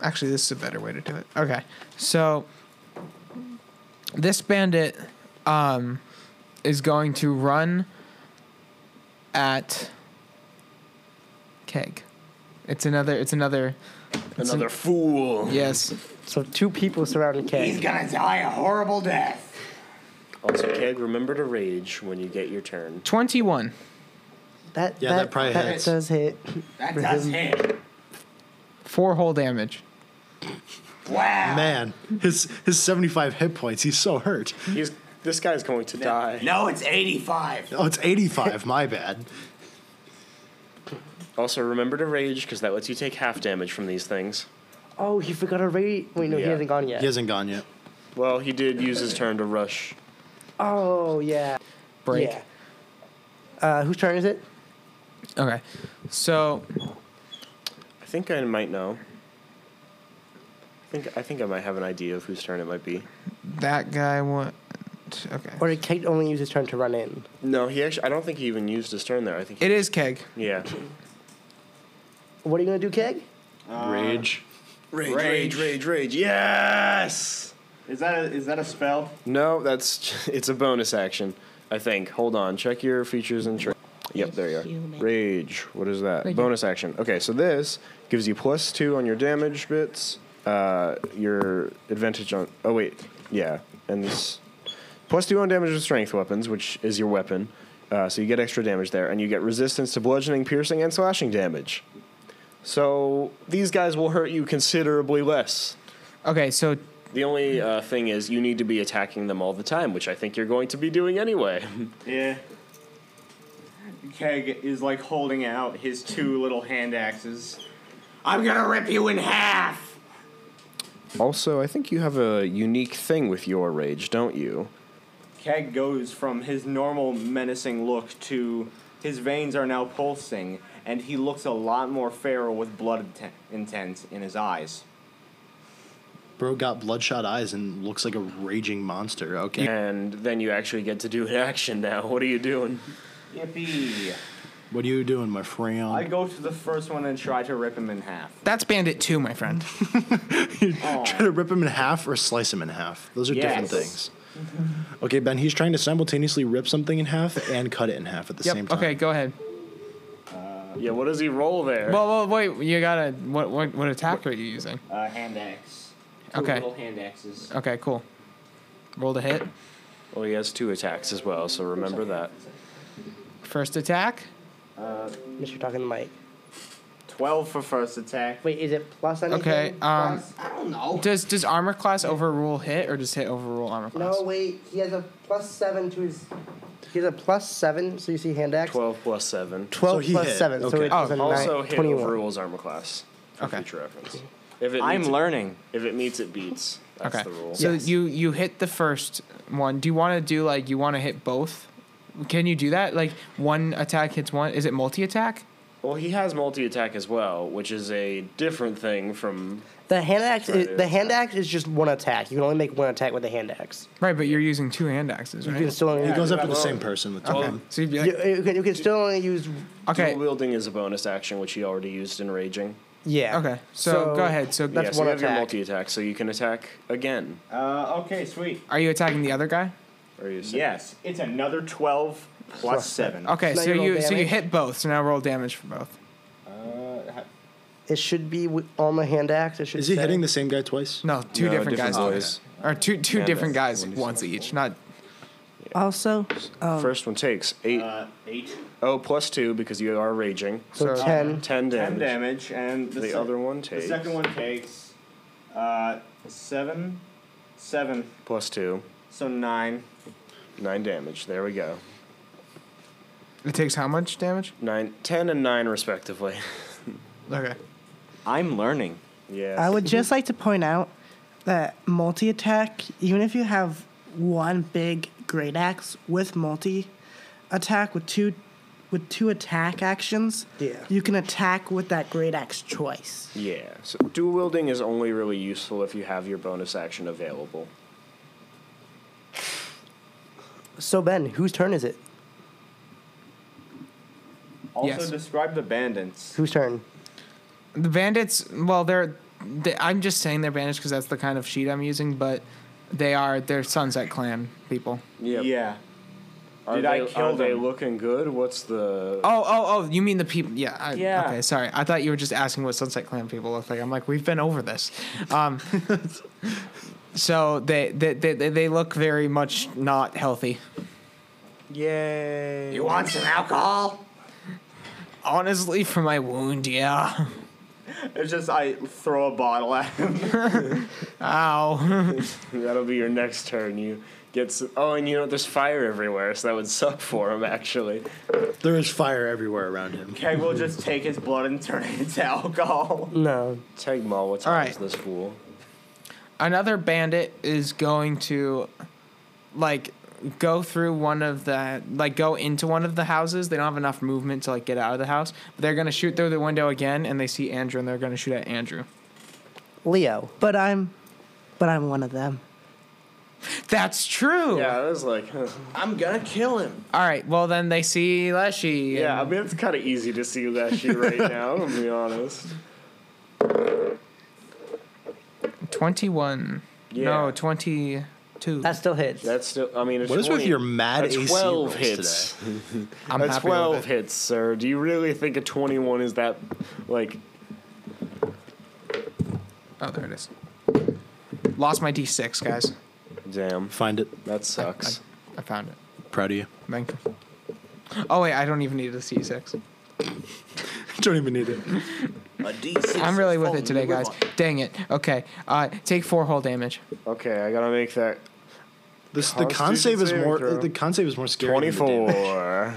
[SPEAKER 2] actually, this is a better way to do it. Okay. So, this bandit um, is going to run at Keg. It's another. It's another.
[SPEAKER 1] Another fool.
[SPEAKER 2] Yes.
[SPEAKER 3] So two people surrounding Keg.
[SPEAKER 6] gonna die a horrible death.
[SPEAKER 1] Also, Keg, remember to rage when you get your turn.
[SPEAKER 2] 21.
[SPEAKER 3] That,
[SPEAKER 4] Yeah, that probably hits.
[SPEAKER 3] does hit.
[SPEAKER 6] That does hit.
[SPEAKER 2] Four whole damage.
[SPEAKER 6] Wow.
[SPEAKER 4] Man, his his seventy five hit points. He's so hurt.
[SPEAKER 1] He's this guy's going to die.
[SPEAKER 6] No, it's 85.
[SPEAKER 4] Oh, it's eighty five. my bad.
[SPEAKER 1] Also, remember to rage because that lets you take half damage from these things.
[SPEAKER 3] Oh, he forgot already. Wait, no, he
[SPEAKER 1] Yeah.
[SPEAKER 3] hasn't gone yet.
[SPEAKER 4] He hasn't gone yet.
[SPEAKER 1] Well, he did use his turn to rush.
[SPEAKER 3] Oh, yeah.
[SPEAKER 2] Break.
[SPEAKER 3] Yeah. Uh, whose turn is it?
[SPEAKER 2] Okay. So,
[SPEAKER 1] I think I might know. I think I think I might have an idea of whose turn it might be.
[SPEAKER 2] that guy went. Okay.
[SPEAKER 3] Or did Keg only use his turn to run in?
[SPEAKER 1] No, he actually. I don't think he even used his turn there. I think.
[SPEAKER 2] It is Keg.
[SPEAKER 1] yeah.
[SPEAKER 3] What are you going to do, Keg?
[SPEAKER 4] Uh, Rage.
[SPEAKER 1] Rage,
[SPEAKER 6] Rage.
[SPEAKER 1] rage, rage. Yes.
[SPEAKER 6] Is that a, is that a spell?
[SPEAKER 1] No, that's it's a bonus action. I think. Hold on. Check your features and. Tra- yep, there you are. Rage. What is that? bonus action. Okay, so this gives you plus two on your damage bits. Uh, your advantage on. Oh wait, yeah, and this plus two on damage with strength weapons, which is your weapon. Uh, so you get extra damage there, and you get resistance to bludgeoning, piercing, and slashing damage. So these guys will hurt you considerably less.
[SPEAKER 2] Okay, so
[SPEAKER 1] The only uh, thing is, you need to be attacking them all the time, which I think you're going to be doing anyway.
[SPEAKER 6] Yeah. Keg is like holding out his two little hand axes. I'm gonna rip you in half.
[SPEAKER 1] Also, I think you have a unique thing with your rage, don't you?
[SPEAKER 6] Keg goes from his normal menacing look to his veins are now pulsing, and he looks a lot more feral with blood inten- intent in his eyes.
[SPEAKER 4] Bro got bloodshot eyes and looks like a raging monster. Okay.
[SPEAKER 1] And then you actually get to do an action now. What are you doing?
[SPEAKER 6] Yippee!
[SPEAKER 4] What are you doing, my
[SPEAKER 6] I
[SPEAKER 4] friend?
[SPEAKER 6] go to the first one and try to rip him in half.
[SPEAKER 2] that's Bandit 2, my friend.
[SPEAKER 4] Try to rip him in half or slice him in half. Those are different
[SPEAKER 6] Yes.
[SPEAKER 4] things. Okay, Ben. He's trying to simultaneously rip something in half and cut it in half at the same
[SPEAKER 2] Yep.
[SPEAKER 4] time.
[SPEAKER 2] Okay, go ahead.
[SPEAKER 1] Yeah, what does he roll there?
[SPEAKER 2] Well, well, wait. You gotta. What, what, what attack are you using?
[SPEAKER 6] Uh, hand axe. Two
[SPEAKER 2] Okay. Uh,
[SPEAKER 6] Little hand axes.
[SPEAKER 2] Okay, cool. Roll to hit.
[SPEAKER 1] well, he has two attacks as well, so remember that.
[SPEAKER 2] First attack.
[SPEAKER 3] Mr. Talking to Mike.
[SPEAKER 6] Twelve for first attack.
[SPEAKER 3] Wait, is it plus anything?
[SPEAKER 2] Okay. Um,
[SPEAKER 3] Plus?
[SPEAKER 6] I don't know.
[SPEAKER 2] does does armor class overrule hit or does hit overrule armor class?
[SPEAKER 3] No, wait. He has a plus seven to his. He has a plus seven, so you see hand axe.
[SPEAKER 1] 12 plus 7.
[SPEAKER 3] 12
[SPEAKER 4] So he
[SPEAKER 3] plus
[SPEAKER 4] hit.
[SPEAKER 3] 7, so
[SPEAKER 4] Okay.
[SPEAKER 3] it was a
[SPEAKER 1] Oh, Also,
[SPEAKER 3] nine,
[SPEAKER 1] hit
[SPEAKER 3] 21.
[SPEAKER 1] overrules armor class for
[SPEAKER 2] Okay.
[SPEAKER 1] future reference. If it,
[SPEAKER 6] I'm
[SPEAKER 1] meets,
[SPEAKER 6] learning.
[SPEAKER 1] if it meets, it beats. That's
[SPEAKER 2] Okay.
[SPEAKER 1] the rule.
[SPEAKER 2] So
[SPEAKER 3] Yes.
[SPEAKER 2] you you hit the first one. Do you want to do like you want to hit both? Can you do that? Like one attack hits one. Is it multi attack?
[SPEAKER 1] Well, he has multi attack as well, which is a different thing from
[SPEAKER 3] The hand axe,
[SPEAKER 1] Right,
[SPEAKER 3] is,
[SPEAKER 1] it
[SPEAKER 3] the
[SPEAKER 1] is.
[SPEAKER 3] hand axe is just one attack. You can only make one attack with the hand axe.
[SPEAKER 2] Right, but you're using two hand axes,
[SPEAKER 3] You can
[SPEAKER 2] right?
[SPEAKER 3] still only,
[SPEAKER 4] He goes after the
[SPEAKER 1] Well,
[SPEAKER 4] same person with two. of them.
[SPEAKER 2] So you'd be
[SPEAKER 3] you,
[SPEAKER 2] like,
[SPEAKER 3] you can, you can still only use.
[SPEAKER 2] okay,
[SPEAKER 1] Dual wielding is a bonus action, which he already used in raging.
[SPEAKER 3] Yeah.
[SPEAKER 2] Okay, so, go ahead. So
[SPEAKER 3] That's
[SPEAKER 1] yeah, so
[SPEAKER 3] one
[SPEAKER 1] you have your
[SPEAKER 3] attack.
[SPEAKER 1] multi attack, so you can attack again.
[SPEAKER 6] Uh, okay, sweet.
[SPEAKER 2] are you attacking the other guy?
[SPEAKER 1] Or you said-
[SPEAKER 6] Yes, it's another 12 plus, plus 7.
[SPEAKER 2] Okay,
[SPEAKER 3] Now
[SPEAKER 2] so
[SPEAKER 3] you roll
[SPEAKER 2] you so you
[SPEAKER 3] damage.
[SPEAKER 2] hit both. So now roll damage for both.
[SPEAKER 6] Uh, ha-
[SPEAKER 3] It should be wi- on the hand axe. It should
[SPEAKER 4] Is he
[SPEAKER 3] say.
[SPEAKER 4] hitting the same guy twice?
[SPEAKER 2] No, two
[SPEAKER 1] No,
[SPEAKER 2] different,
[SPEAKER 1] different
[SPEAKER 2] guys,
[SPEAKER 1] boys.
[SPEAKER 2] or two two
[SPEAKER 1] Yeah,
[SPEAKER 2] different
[SPEAKER 1] that's
[SPEAKER 2] guys once each. Not
[SPEAKER 5] Also, um,
[SPEAKER 1] First one takes eight.
[SPEAKER 6] uh, 8.
[SPEAKER 1] oh, plus two because you are raging.
[SPEAKER 3] So
[SPEAKER 2] So-
[SPEAKER 3] ten.
[SPEAKER 1] Ten
[SPEAKER 6] 10
[SPEAKER 1] damage.
[SPEAKER 6] damage, and the,
[SPEAKER 1] The
[SPEAKER 6] sec-
[SPEAKER 1] other one
[SPEAKER 6] The
[SPEAKER 1] takes
[SPEAKER 6] second one takes uh, 7. 7.
[SPEAKER 1] plus two.
[SPEAKER 6] So 9.
[SPEAKER 1] Nine damage. There we go.
[SPEAKER 2] it takes how much damage?
[SPEAKER 1] Nine, ten, and nine respectively.
[SPEAKER 2] Okay.
[SPEAKER 6] I'm learning.
[SPEAKER 1] yeah.
[SPEAKER 5] I
[SPEAKER 3] Mm-hmm.
[SPEAKER 5] would just like to point out that multi attack, even if you have one big great axe with multi attack with two with two attack actions,
[SPEAKER 3] Yeah.
[SPEAKER 5] you can attack with that great axe twice.
[SPEAKER 1] Yeah. So dual wielding is only really useful if you have your bonus action available.
[SPEAKER 3] So Ben, whose turn is it?
[SPEAKER 6] Also,
[SPEAKER 2] Yes.
[SPEAKER 6] describe the bandits.
[SPEAKER 3] Whose turn?
[SPEAKER 2] The bandits. Well, they're. They, I'm just saying they're bandits because that's the kind of sheet I'm using, but they are they're Sunset Clan people.
[SPEAKER 6] Yeah.
[SPEAKER 1] Are
[SPEAKER 6] Did
[SPEAKER 1] they,
[SPEAKER 6] I kill
[SPEAKER 1] are they
[SPEAKER 6] them?
[SPEAKER 1] looking good? What's the
[SPEAKER 2] Oh, oh, oh! You mean the people? Yeah. I,
[SPEAKER 6] Yeah.
[SPEAKER 2] Okay, sorry. I thought you were just asking what Sunset Clan people look like. I'm like, we've been over this. Um, so they they, they they they look very much not healthy.
[SPEAKER 1] Yay.
[SPEAKER 6] You want some alcohol?
[SPEAKER 2] Honestly, for my wound, yeah.
[SPEAKER 6] It's just I throw a bottle at him.
[SPEAKER 2] Ow.
[SPEAKER 1] That'll be your next turn. You get s Oh, and you know there's fire everywhere, so that would suck for him actually.
[SPEAKER 4] There is fire everywhere around him.
[SPEAKER 6] Keg will just take his blood and turn it into alcohol.
[SPEAKER 3] No.
[SPEAKER 1] Tag Molotov
[SPEAKER 2] All right.
[SPEAKER 1] is this fool.
[SPEAKER 2] Another bandit is going to, like, go through one of the like go into one of the houses. They don't have enough movement to like get out of the house. But they're gonna shoot through the window again, and they see Andrew, and they're gonna shoot at Andrew.
[SPEAKER 3] Leo.
[SPEAKER 5] But I'm but I'm one of them.
[SPEAKER 2] That's true.
[SPEAKER 1] Yeah, I was like, huh.
[SPEAKER 6] I'm gonna kill him.
[SPEAKER 2] All right. Well, then they see Leshy.
[SPEAKER 1] yeah. I mean, it's kind of easy to see that shit right now. I'm gonna be honest.
[SPEAKER 2] Twenty-one.
[SPEAKER 1] Yeah.
[SPEAKER 2] No, twenty-two.
[SPEAKER 3] That still hits.
[SPEAKER 1] That's still. I mean, it's
[SPEAKER 4] What is with
[SPEAKER 1] 20
[SPEAKER 4] your mad
[SPEAKER 1] a
[SPEAKER 4] AC
[SPEAKER 1] 12
[SPEAKER 4] rolls
[SPEAKER 1] hits.
[SPEAKER 4] today?
[SPEAKER 2] I'm
[SPEAKER 1] That's
[SPEAKER 2] happy with
[SPEAKER 1] twelve
[SPEAKER 2] it.
[SPEAKER 1] hits, sir. Do you really think a twenty-one is that like?
[SPEAKER 2] Oh, there it is. Lost my D6, guys.
[SPEAKER 1] Damn,
[SPEAKER 4] Find it.
[SPEAKER 1] that
[SPEAKER 2] I-
[SPEAKER 1] sucks.
[SPEAKER 2] I, I found it.
[SPEAKER 4] Proud of you.
[SPEAKER 2] Thank you. Oh wait, I don't even need a C6.
[SPEAKER 4] Don't even need it.
[SPEAKER 6] A D6.
[SPEAKER 2] I'm really with it today, guys. Dang it. Okay. Uh, take four whole damage.
[SPEAKER 1] Okay, I gotta make that
[SPEAKER 4] This, the con save
[SPEAKER 1] Constitution
[SPEAKER 4] is
[SPEAKER 1] saving
[SPEAKER 4] more.
[SPEAKER 1] throw.
[SPEAKER 4] The con save is more scary. than the damage.
[SPEAKER 1] twenty-four.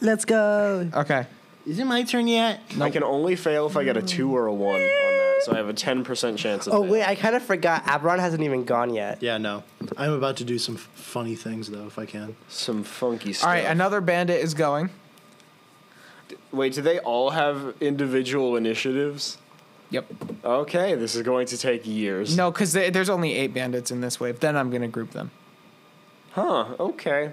[SPEAKER 5] Let's go.
[SPEAKER 2] Okay.
[SPEAKER 4] Is it my turn yet?
[SPEAKER 1] I can only fail if I get a two or a one on that, so I have a ten percent chance of.
[SPEAKER 3] Oh
[SPEAKER 1] failing.
[SPEAKER 3] wait, I kind of forgot. Abron hasn't even gone yet.
[SPEAKER 4] Yeah, no. I'm about to do some f- funny things though, if I can.
[SPEAKER 1] some funky stuff.
[SPEAKER 2] All right. Another bandit is going.
[SPEAKER 1] Wait, do they all have individual initiatives?
[SPEAKER 2] Yep.
[SPEAKER 1] Okay, this is going to take years.
[SPEAKER 2] No, because there's only eight bandits in this wave. Then I'm gonna group them.
[SPEAKER 1] Huh? Okay.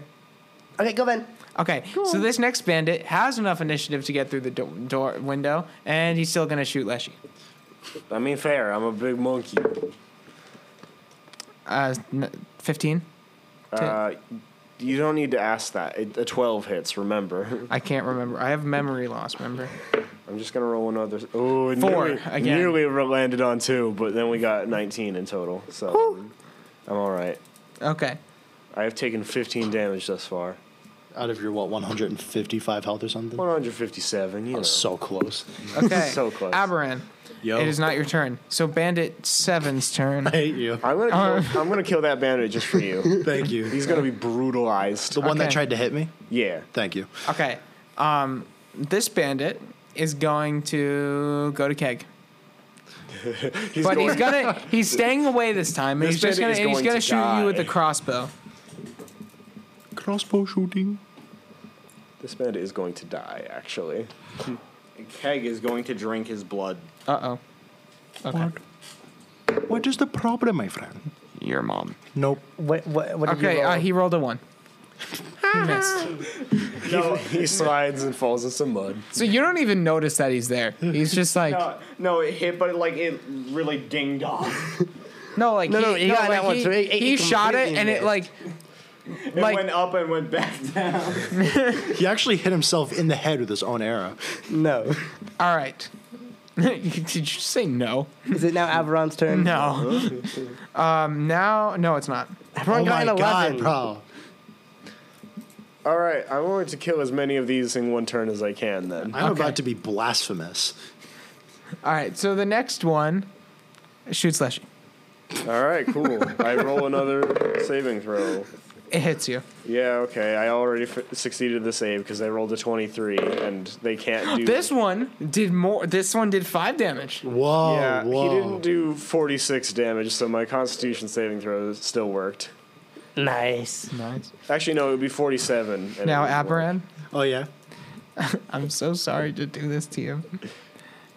[SPEAKER 3] Okay, go Ben.
[SPEAKER 2] Okay, so this next bandit has enough initiative to get through the do- door window, and he's still gonna shoot Leshy.
[SPEAKER 1] I mean, fair. I'm a big monkey.
[SPEAKER 2] Uh, fifteen.
[SPEAKER 1] Uh, you don't need to ask that. It, a twelve hits. Remember.
[SPEAKER 2] I can't remember. I have memory loss. Remember?
[SPEAKER 1] I'm just gonna roll another. Oh,
[SPEAKER 2] Four,
[SPEAKER 1] nearly,
[SPEAKER 2] again.
[SPEAKER 1] nearly re- landed on two, but then we got 19 in total. So I'm all right.
[SPEAKER 2] Okay.
[SPEAKER 1] I have taken 15 damage thus far.
[SPEAKER 4] Out of your what, 155 health or something?
[SPEAKER 1] 157. You
[SPEAKER 4] I
[SPEAKER 1] know.
[SPEAKER 4] was so close.
[SPEAKER 2] Okay.
[SPEAKER 1] So close.
[SPEAKER 2] Aberan,
[SPEAKER 4] Yo,
[SPEAKER 2] it is not your turn. So Bandit Seven's turn.
[SPEAKER 4] I hate you.
[SPEAKER 1] I'm gonna
[SPEAKER 2] Um.
[SPEAKER 1] kill, I'm gonna kill that bandit just for you.
[SPEAKER 4] Thank you.
[SPEAKER 1] He's gonna be brutalized.
[SPEAKER 4] The one that
[SPEAKER 2] Okay.
[SPEAKER 4] tried to hit me.
[SPEAKER 1] Yeah.
[SPEAKER 4] Thank you.
[SPEAKER 2] Okay. Um, this bandit is going to go to Keg,
[SPEAKER 1] He's
[SPEAKER 2] but
[SPEAKER 1] going,
[SPEAKER 2] he's gonna he's staying away this time. And
[SPEAKER 1] This
[SPEAKER 2] he's just gonna
[SPEAKER 1] bandit
[SPEAKER 2] and
[SPEAKER 1] is
[SPEAKER 2] he's
[SPEAKER 1] going
[SPEAKER 2] gonna
[SPEAKER 1] to
[SPEAKER 2] shoot you with
[SPEAKER 1] die.
[SPEAKER 2] the crossbow.
[SPEAKER 4] Crossbow shooting.
[SPEAKER 1] This bandit is going to die. Actually,
[SPEAKER 6] Keg is going to drink his blood.
[SPEAKER 2] Uh oh. Okay.
[SPEAKER 4] What? What is the problem, my friend?
[SPEAKER 2] Your mom.
[SPEAKER 4] Nope.
[SPEAKER 3] What what what did you
[SPEAKER 2] Okay.
[SPEAKER 3] roll?
[SPEAKER 2] Uh, he rolled a one. He missed.
[SPEAKER 1] He slides and falls in some mud.
[SPEAKER 2] So you don't even notice that he's there. He's just like
[SPEAKER 6] No, Uh, no, it hit, but it, like it really dinged off.
[SPEAKER 2] no, like
[SPEAKER 3] No,
[SPEAKER 2] he,
[SPEAKER 3] no, he got
[SPEAKER 2] like,
[SPEAKER 3] that one
[SPEAKER 2] he-
[SPEAKER 3] too. It- it
[SPEAKER 2] he shot it
[SPEAKER 3] completely
[SPEAKER 2] and it
[SPEAKER 3] missed.
[SPEAKER 2] like
[SPEAKER 6] It
[SPEAKER 2] Like-
[SPEAKER 6] went up and went back down.
[SPEAKER 4] He actually hit himself in the head with his own arrow.
[SPEAKER 3] No.
[SPEAKER 2] all right. Did you say no?
[SPEAKER 3] Is it now Averon's turn?
[SPEAKER 2] No. um. Now, no, it's not.
[SPEAKER 3] Averon got
[SPEAKER 4] oh my
[SPEAKER 3] an
[SPEAKER 4] god,
[SPEAKER 3] 11.
[SPEAKER 4] bro.
[SPEAKER 1] All right, I'm going to kill as many of these in one turn as I can. Then
[SPEAKER 4] I'm
[SPEAKER 2] Okay.
[SPEAKER 4] about to be blasphemous.
[SPEAKER 2] All right. So the next one, shoot slashing.
[SPEAKER 1] All right, cool. I roll another saving throw.
[SPEAKER 2] It hits you.
[SPEAKER 1] Yeah, okay. I already f- succeeded the save because I rolled a 23 and they can't do
[SPEAKER 2] This one did more. This one did five damage.
[SPEAKER 4] Whoa,
[SPEAKER 1] Yeah,
[SPEAKER 4] oh, whoa.
[SPEAKER 1] he didn't do 46 damage, so my Constitution saving throw still worked.
[SPEAKER 3] Nice.
[SPEAKER 2] Nice.
[SPEAKER 1] Actually, no, it would be 47. and it
[SPEAKER 2] Now
[SPEAKER 1] wouldn't work.
[SPEAKER 2] Aparan,
[SPEAKER 4] oh yeah.
[SPEAKER 2] I'm so sorry to do this to you.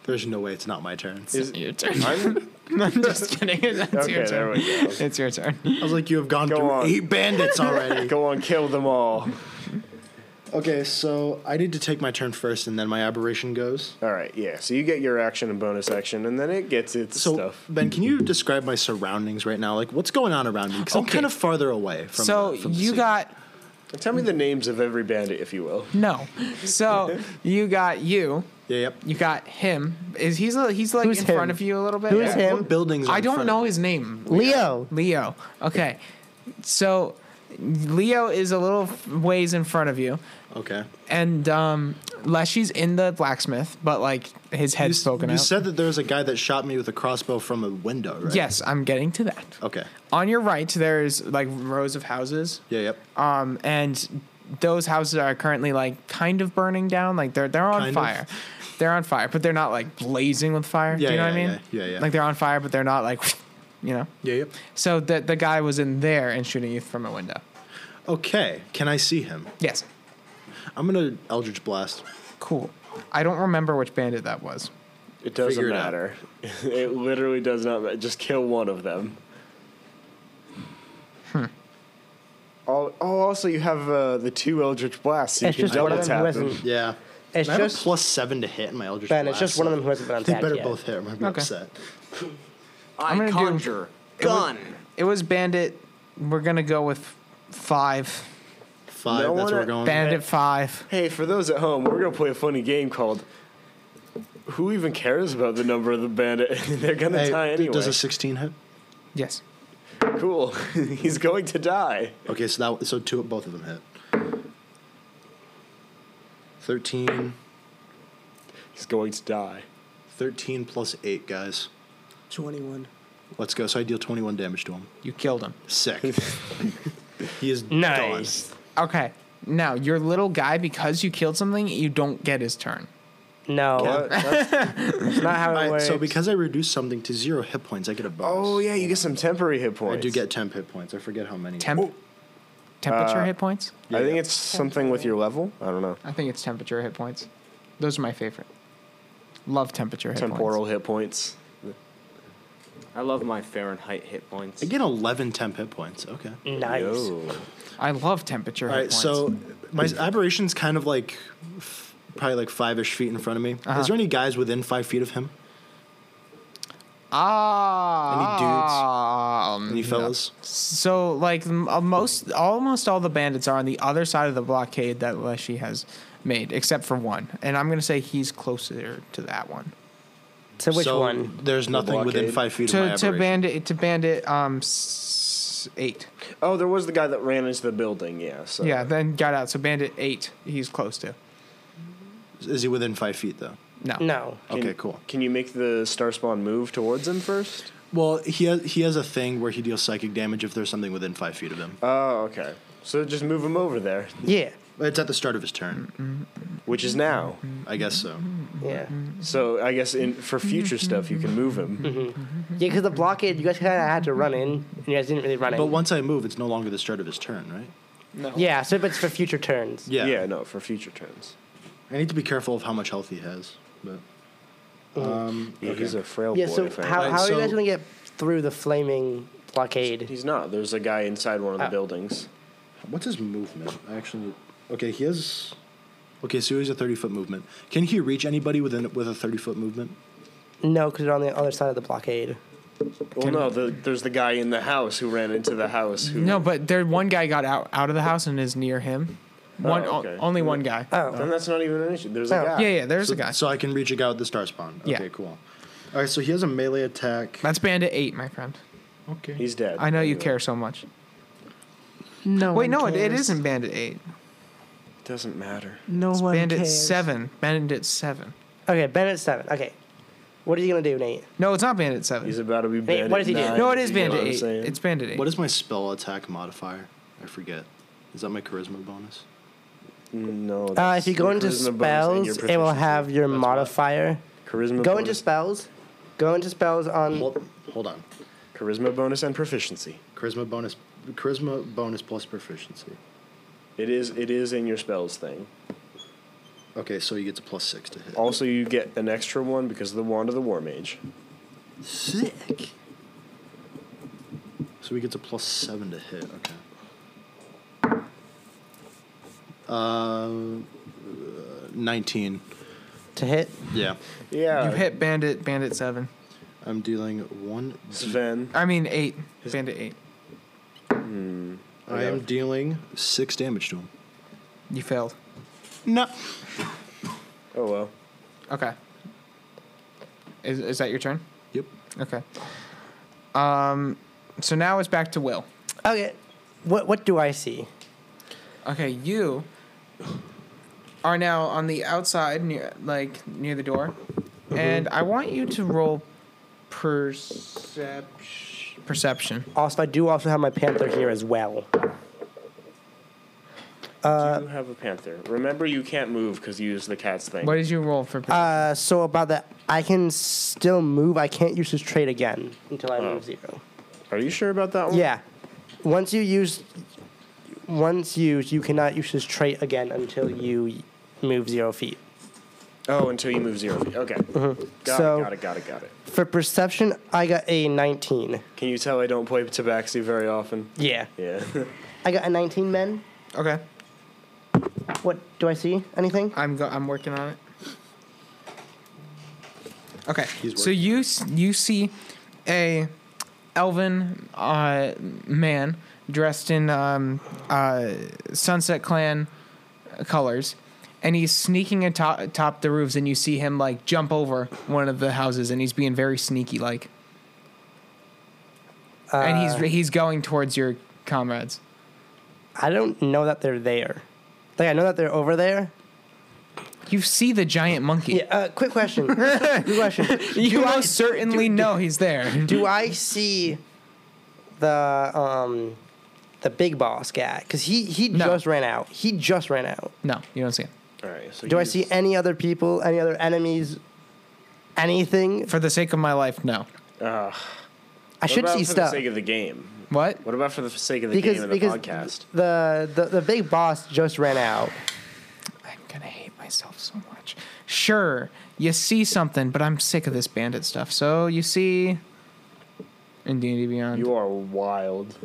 [SPEAKER 4] There's no way it's not my turn.
[SPEAKER 2] It's
[SPEAKER 1] Is-
[SPEAKER 2] your turn.
[SPEAKER 1] I'm-
[SPEAKER 2] I'm just kidding. It's your
[SPEAKER 1] okay, there
[SPEAKER 2] turn.
[SPEAKER 1] we go.
[SPEAKER 2] It's your turn.
[SPEAKER 4] I was like, you have gone
[SPEAKER 1] Go
[SPEAKER 4] through
[SPEAKER 1] on.
[SPEAKER 4] eight bandits already.
[SPEAKER 1] Go on, kill them all.
[SPEAKER 4] okay, so I need to take my turn first, and then my aberration goes.
[SPEAKER 1] All right, yeah. So you get your action and bonus action, and then it gets its
[SPEAKER 4] So
[SPEAKER 1] stuff.
[SPEAKER 4] Ben, can you describe my surroundings right now? Like, what's going on around me? Because I'm
[SPEAKER 2] Okay.
[SPEAKER 4] kind of farther away from.
[SPEAKER 2] So
[SPEAKER 4] the, from the
[SPEAKER 2] you
[SPEAKER 4] scene.
[SPEAKER 2] got
[SPEAKER 1] Tell me the names of every bandit, if you will.
[SPEAKER 2] no. So you got you.
[SPEAKER 4] Yeah, yep.
[SPEAKER 2] You got him. Is he's a, he's like
[SPEAKER 3] Who's
[SPEAKER 2] in
[SPEAKER 3] him?
[SPEAKER 2] front of you a little bit?
[SPEAKER 3] Who's
[SPEAKER 2] Yeah.
[SPEAKER 3] him?
[SPEAKER 4] What buildings? are
[SPEAKER 2] I
[SPEAKER 4] in
[SPEAKER 2] don't
[SPEAKER 4] front
[SPEAKER 2] know his name.
[SPEAKER 3] Leo.
[SPEAKER 2] Leo. Okay. So Leo is a little f- ways in front of you,
[SPEAKER 4] of- Okay.
[SPEAKER 2] and um, Leshy's in the blacksmith, but like his
[SPEAKER 4] You,
[SPEAKER 2] head's
[SPEAKER 4] s-
[SPEAKER 2] spoken
[SPEAKER 4] you
[SPEAKER 2] out.
[SPEAKER 4] said that there was a guy that shot me with a crossbow from a window, right?
[SPEAKER 2] yes, I'm getting to that.
[SPEAKER 4] Okay.
[SPEAKER 2] On your right, there's like rows of houses.
[SPEAKER 4] Yeah, yep.
[SPEAKER 2] um, and those houses are currently like kind of burning down. Like they're they're on
[SPEAKER 4] Kind of.
[SPEAKER 2] fire. They're on fire, but they're not like blazing with fire.
[SPEAKER 4] Yeah,
[SPEAKER 2] Do you know
[SPEAKER 4] yeah,
[SPEAKER 2] what I mean?
[SPEAKER 4] yeah, yeah, yeah.
[SPEAKER 2] Like they're on fire, but they're not like, you know.
[SPEAKER 4] Yeah, yep.
[SPEAKER 2] So the the guy was in there and shooting you from a window.
[SPEAKER 4] Okay. Can I see him?
[SPEAKER 2] Yes.
[SPEAKER 4] I'm gonna Eldritch Blast.
[SPEAKER 2] Cool. I don't remember which bandit that was.
[SPEAKER 1] It doesn't
[SPEAKER 4] Figure it out.
[SPEAKER 1] matter. It, literally does not matter. Just kill one of them. Al- Oh, also you have uh, the two Eldritch Blasts. So you
[SPEAKER 3] It's
[SPEAKER 1] can
[SPEAKER 3] just one
[SPEAKER 1] double
[SPEAKER 3] of them who
[SPEAKER 1] tap them.
[SPEAKER 3] hasn't.
[SPEAKER 4] Yeah.
[SPEAKER 3] It's
[SPEAKER 4] I have
[SPEAKER 3] just
[SPEAKER 4] a plus seven to hit in my Eldritch
[SPEAKER 3] Ben. It's
[SPEAKER 4] Blast.
[SPEAKER 3] just one of
[SPEAKER 4] so
[SPEAKER 3] them who hasn't been on
[SPEAKER 4] They
[SPEAKER 3] tap
[SPEAKER 4] better
[SPEAKER 3] yet.
[SPEAKER 4] both hit, or I'm gonna be
[SPEAKER 2] Okay.
[SPEAKER 4] upset.
[SPEAKER 6] I
[SPEAKER 2] I'm gonna do-
[SPEAKER 6] conjure gun.
[SPEAKER 2] It was bandit. We're gonna go with five.
[SPEAKER 4] Five.
[SPEAKER 1] No
[SPEAKER 4] that's
[SPEAKER 1] one
[SPEAKER 4] where we're
[SPEAKER 1] at-
[SPEAKER 4] going.
[SPEAKER 2] Bandit five.
[SPEAKER 1] Hey, for those at home, we're gonna play a funny game called "Who even cares about the number of the bandit?" They're gonna
[SPEAKER 4] Hey,
[SPEAKER 1] die anyway.
[SPEAKER 4] Does a 16 hit?
[SPEAKER 2] Yes.
[SPEAKER 1] Cool. He's going to die.
[SPEAKER 4] Okay, so that so two both of them hit. Thirteen.
[SPEAKER 1] He's going to die.
[SPEAKER 4] 13 plus 8, guys.
[SPEAKER 5] 21.
[SPEAKER 4] Let's go. So I deal 21 damage to him.
[SPEAKER 2] You killed him.
[SPEAKER 4] Sick. he is
[SPEAKER 3] Nice.
[SPEAKER 4] gone.
[SPEAKER 2] Okay. Now your little guy, because you killed something, you don't get his turn.
[SPEAKER 3] No,
[SPEAKER 1] What? That's-
[SPEAKER 3] that's not how it
[SPEAKER 4] I-
[SPEAKER 3] works.
[SPEAKER 4] so because I reduce something to zero hit points, I get a bonus.
[SPEAKER 1] oh yeah, you get some temporary hit
[SPEAKER 4] I
[SPEAKER 1] points.
[SPEAKER 4] do get 10 hit points. I forget how many.
[SPEAKER 2] Temp-
[SPEAKER 4] Uh,
[SPEAKER 2] temperature hit points?
[SPEAKER 1] I think it's something with your level. I don't know.
[SPEAKER 2] I think it's temperature hit points. Those are my favorite. Love temperature hit
[SPEAKER 1] Temporal hit points.
[SPEAKER 6] I love my Fahrenheit hit points.
[SPEAKER 4] I get 11 temp hit points. Okay.
[SPEAKER 3] nice.
[SPEAKER 1] Yo.
[SPEAKER 2] points. I love temperature
[SPEAKER 4] All
[SPEAKER 2] hit points.
[SPEAKER 4] right, so my aberration's kind of like f- probably like five ish feet in front of me. Is there any guys within five feet of him?
[SPEAKER 2] ah,
[SPEAKER 4] Any fellas?
[SPEAKER 2] So like m- uh, most, almost all the bandits are on the other side of the blockade that Leshy has made, except for one, and I'm gonna say he's closer to that one.
[SPEAKER 3] So which
[SPEAKER 4] So
[SPEAKER 3] one?
[SPEAKER 4] There's nothing within
[SPEAKER 1] blockade?
[SPEAKER 4] five feet of
[SPEAKER 2] To
[SPEAKER 4] my
[SPEAKER 2] to
[SPEAKER 4] aberration.
[SPEAKER 2] bandit to bandit um s- eight.
[SPEAKER 1] Oh, there was the guy that ran into the building. Yeah. So.
[SPEAKER 2] Yeah, then got out. So bandit eight, he's close to.
[SPEAKER 4] Is he within five feet though?
[SPEAKER 2] No.
[SPEAKER 3] No.
[SPEAKER 1] Can-
[SPEAKER 4] Okay, cool.
[SPEAKER 1] Can you make the star spawn move towards him first?
[SPEAKER 4] Well, he has, he has a thing where he deals psychic damage if there's something within five feet of him.
[SPEAKER 1] Oh, okay. So just move him over there,
[SPEAKER 3] Yeah.
[SPEAKER 4] It's at the start of his turn,
[SPEAKER 1] which is now.
[SPEAKER 4] I guess so.
[SPEAKER 2] Mm-hmm.
[SPEAKER 3] Yeah.
[SPEAKER 1] So I guess in for future stuff you can move him.
[SPEAKER 3] Yeah, because the blockade, you guys kind of had to run in, and you guys didn't really run in.
[SPEAKER 4] But once I move, it's no longer the start of his turn, right?
[SPEAKER 3] Yeah, so it's for future turns.
[SPEAKER 4] Yeah.
[SPEAKER 1] yeah, no, for future turns.
[SPEAKER 4] I need to be careful of how much health he has. But um,
[SPEAKER 1] Yeah,
[SPEAKER 4] okay.
[SPEAKER 1] He's a frail
[SPEAKER 3] Yeah,
[SPEAKER 1] boy.
[SPEAKER 3] so
[SPEAKER 1] if I
[SPEAKER 3] how,
[SPEAKER 1] remember.
[SPEAKER 4] Right,
[SPEAKER 3] how are you
[SPEAKER 4] so-
[SPEAKER 3] guys going to get through the flaming blockade?
[SPEAKER 1] He's not. There's a guy inside one of the
[SPEAKER 3] Oh.
[SPEAKER 1] buildings.
[SPEAKER 4] What's his movement? I actually need. Okay, he has. Okay, so he has a thirty foot movement. Can he reach anybody within with a thirty foot movement?
[SPEAKER 5] No, because you're on the other side of the blockade.
[SPEAKER 1] Well, no, the, there's the guy in the house who ran into the house who.
[SPEAKER 2] No, but there one guy got out out of the house and is near him. One
[SPEAKER 1] Oh, okay. uh,
[SPEAKER 2] o- only one guy.
[SPEAKER 5] Uh,
[SPEAKER 3] Oh.
[SPEAKER 1] Then that's not even an issue. There's a
[SPEAKER 5] Oh.
[SPEAKER 1] guy.
[SPEAKER 2] yeah, yeah. There's
[SPEAKER 4] so,
[SPEAKER 2] a guy.
[SPEAKER 4] So I can reach a guy with the star spawn. Okay,
[SPEAKER 2] Yeah.
[SPEAKER 4] cool. All right, so he has a melee attack.
[SPEAKER 2] That's Bandit Eight, my friend.
[SPEAKER 4] Okay.
[SPEAKER 1] He's dead.
[SPEAKER 2] I know you
[SPEAKER 1] Anyway.
[SPEAKER 2] care so much.
[SPEAKER 7] No. one
[SPEAKER 2] Wait, no, it, it
[SPEAKER 7] cares.
[SPEAKER 2] isn't Bandit Eight.
[SPEAKER 1] Doesn't matter.
[SPEAKER 7] No
[SPEAKER 2] It's
[SPEAKER 7] one
[SPEAKER 2] Bandit
[SPEAKER 7] cares.
[SPEAKER 2] Seven. Bandit Seven.
[SPEAKER 5] Okay, Bandit seven. Okay, what are you gonna do, Nate?
[SPEAKER 2] No, it's not Bandit Seven.
[SPEAKER 1] He's about to be
[SPEAKER 5] Hey,
[SPEAKER 1] bandit.
[SPEAKER 5] what does he do?
[SPEAKER 1] nine,
[SPEAKER 2] no, it is
[SPEAKER 1] you know what
[SPEAKER 2] Bandit
[SPEAKER 1] I'm
[SPEAKER 2] Eight.
[SPEAKER 1] saying?
[SPEAKER 2] It's Bandit Eight.
[SPEAKER 4] What is my spell attack modifier? I forget. Is that my charisma bonus?
[SPEAKER 1] no.
[SPEAKER 5] Uh,
[SPEAKER 1] that's
[SPEAKER 5] if you go
[SPEAKER 1] your
[SPEAKER 5] into
[SPEAKER 1] charisma bonus
[SPEAKER 5] spells,
[SPEAKER 1] and your
[SPEAKER 5] it will
[SPEAKER 1] proficiency.
[SPEAKER 5] have your
[SPEAKER 4] That's why.
[SPEAKER 5] modifier.
[SPEAKER 1] charisma.
[SPEAKER 5] Go
[SPEAKER 1] bonus,
[SPEAKER 5] into spells. Go into spells on.
[SPEAKER 4] Hold, hold on.
[SPEAKER 1] charisma bonus and proficiency.
[SPEAKER 4] Charisma bonus. Charisma bonus plus proficiency.
[SPEAKER 1] It is it is in your spells thing.
[SPEAKER 4] Okay, so he gets a plus six to hit.
[SPEAKER 1] Also, you get an extra one because of the wand of the war mage.
[SPEAKER 4] Sick. So he gets a plus seven to hit. Okay. Uh, uh, nineteen.
[SPEAKER 5] to hit.
[SPEAKER 4] Yeah,
[SPEAKER 1] Yeah.
[SPEAKER 2] You hit Bandit Bandit Seven.
[SPEAKER 4] I'm dealing one.
[SPEAKER 1] Sven.
[SPEAKER 2] I mean Eight. Bandit Eight.
[SPEAKER 4] I am dealing six damage to him.
[SPEAKER 2] You failed.
[SPEAKER 4] No.
[SPEAKER 1] Oh well.
[SPEAKER 2] Okay. Is is that your turn?
[SPEAKER 4] Yep.
[SPEAKER 2] Okay. Um. So now it's back to Will.
[SPEAKER 5] Okay, what what do I see?
[SPEAKER 2] Okay, you are now on the outside, near like near the door,
[SPEAKER 1] Mm-hmm.
[SPEAKER 2] and I want you to roll perception. Perception.
[SPEAKER 5] Also, I do also have my panther here as well. Uh,
[SPEAKER 1] you have a panther. Remember, you can't move because you use the cat's thing.
[SPEAKER 2] What did you roll for? Per-
[SPEAKER 5] Uh, so about that, I can still move. I can't use this trait again until I
[SPEAKER 3] Oh.
[SPEAKER 5] move zero.
[SPEAKER 1] Are you sure about that one?
[SPEAKER 5] Yeah, once you use, once used, you cannot use this trait again until you move zero feet.
[SPEAKER 1] Oh, until you move zero feet. Okay. Got
[SPEAKER 5] Uh-huh. So-
[SPEAKER 1] it. Got it. Got it. Got it.
[SPEAKER 5] For perception, I got a 19.
[SPEAKER 1] Can you tell I don't play Tabaxi very often?
[SPEAKER 5] Yeah.
[SPEAKER 1] Yeah.
[SPEAKER 5] I got a 19, men.
[SPEAKER 1] Uh,
[SPEAKER 2] okay,
[SPEAKER 5] What do I see? Anything?
[SPEAKER 2] I'm go- I'm working on it. Okay,
[SPEAKER 4] He's
[SPEAKER 2] so
[SPEAKER 4] working
[SPEAKER 2] you s- you see a elven uh, man dressed in um, uh, Sunset Clan colors, and he's sneaking atop, atop the roofs, and you see him like jump over one of the houses, and he's being very sneaky like, and he's he's going towards your comrades.
[SPEAKER 5] I don't know that they're there. Like, I know that they're over there.
[SPEAKER 2] You see the giant monkey.
[SPEAKER 5] Yeah, uh, quick question. quick question.
[SPEAKER 2] You
[SPEAKER 5] Do I-
[SPEAKER 2] most certainly know he's there.
[SPEAKER 5] Do I see the, um, the big boss guy? Because he, he
[SPEAKER 2] No.
[SPEAKER 5] just ran out. He just ran out.
[SPEAKER 2] No, you don't see it.
[SPEAKER 1] All right. So
[SPEAKER 5] Do I
[SPEAKER 1] you-
[SPEAKER 5] see any other people, any other enemies, anything?
[SPEAKER 2] For the sake of my life, no.
[SPEAKER 1] Ugh.
[SPEAKER 5] I
[SPEAKER 1] What
[SPEAKER 5] should
[SPEAKER 1] about
[SPEAKER 5] see
[SPEAKER 1] for
[SPEAKER 5] stuff.
[SPEAKER 1] the sake of the game?
[SPEAKER 2] What?
[SPEAKER 1] What about for the sake of the
[SPEAKER 5] Because,
[SPEAKER 1] game and the
[SPEAKER 5] because
[SPEAKER 1] podcast?
[SPEAKER 5] the, the, the big boss just ran out.
[SPEAKER 2] I'm gonna hate myself so much. Sure, you see something, but I'm sick of this bandit stuff. So you see, in D and D Beyond.
[SPEAKER 1] You are wild.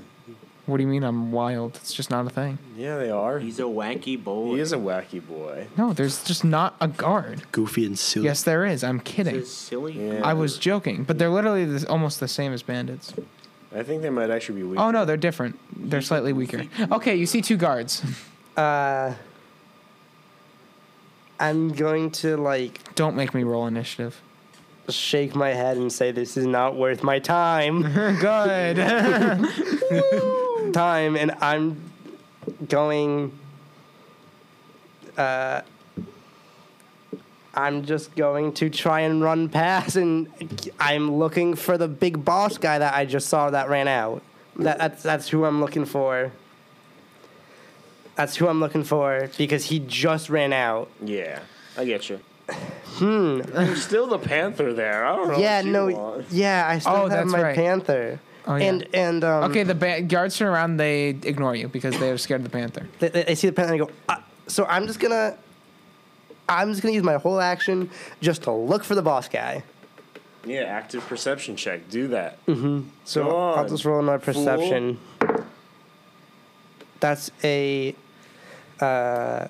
[SPEAKER 2] what do you mean I'm wild? It's just not a thing.
[SPEAKER 1] Yeah, they are.
[SPEAKER 8] He's a wanky boy.
[SPEAKER 1] He is a wacky boy.
[SPEAKER 2] No, there's just not a guard.
[SPEAKER 4] Goofy and silly.
[SPEAKER 2] Yes, there is. I'm kidding.
[SPEAKER 8] He's a silly.
[SPEAKER 1] Yeah.
[SPEAKER 2] I was joking, but they're literally this, almost the same as bandits.
[SPEAKER 1] I think they might actually be weak.
[SPEAKER 2] Oh no, they're different. They're slightly weaker. Okay, you see two guards.
[SPEAKER 5] Uh, I'm going to like
[SPEAKER 2] Don't make me roll initiative.
[SPEAKER 5] shake my head and say this is not worth my time.
[SPEAKER 2] Good.
[SPEAKER 5] time, and I'm going. Uh, I'm just going to try and run past, and I'm looking for the big boss guy that I just saw that ran out. That, that's that's who I'm looking for. That's who I'm looking for because he just ran out.
[SPEAKER 1] Yeah, I get you. Hmm. There's still the panther there. I don't know.
[SPEAKER 5] Yeah,
[SPEAKER 1] what Oh, you
[SPEAKER 5] no,
[SPEAKER 1] want.
[SPEAKER 5] yeah, I still
[SPEAKER 2] Oh,
[SPEAKER 5] have
[SPEAKER 2] that's
[SPEAKER 5] my
[SPEAKER 2] right.
[SPEAKER 5] panther.
[SPEAKER 2] Oh, yeah.
[SPEAKER 5] And and um,
[SPEAKER 2] okay, the ba- guards turn around. They ignore you because they are scared of the panther.
[SPEAKER 5] they, they, they see the panther and they go. Uh, so I'm just gonna, I'm just gonna use my whole action just to look for the boss guy.
[SPEAKER 1] Yeah, active perception check. Do that.
[SPEAKER 5] So
[SPEAKER 1] Go
[SPEAKER 5] I'll
[SPEAKER 1] on,
[SPEAKER 5] just roll my perception.
[SPEAKER 3] That's a uh,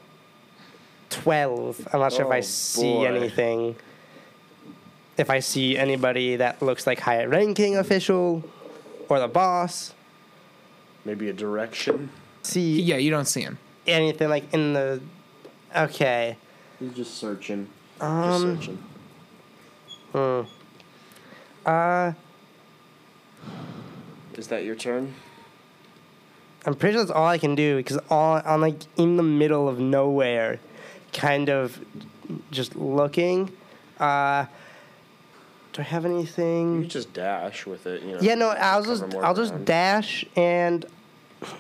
[SPEAKER 3] 12. I'm not sure if I
[SPEAKER 6] Oh,
[SPEAKER 3] see
[SPEAKER 6] boy.
[SPEAKER 3] anything. If I see anybody that looks like high ranking official or the boss,
[SPEAKER 1] Maybe a direction.
[SPEAKER 3] see
[SPEAKER 2] Yeah, you don't see him.
[SPEAKER 3] anything like in the. Okay.
[SPEAKER 1] He's just searching. just
[SPEAKER 3] Um,
[SPEAKER 1] searching.
[SPEAKER 3] uh,
[SPEAKER 1] Is that your turn?
[SPEAKER 3] I'm pretty sure that's all I can do because all I'm like in the middle of nowhere, kind of just looking. Uh, do I have
[SPEAKER 1] You
[SPEAKER 3] anything?
[SPEAKER 1] could just dash with it, you know.
[SPEAKER 3] Yeah, no, I'll
[SPEAKER 1] cover
[SPEAKER 3] just
[SPEAKER 1] more
[SPEAKER 3] I'll just
[SPEAKER 1] ground.
[SPEAKER 3] dash and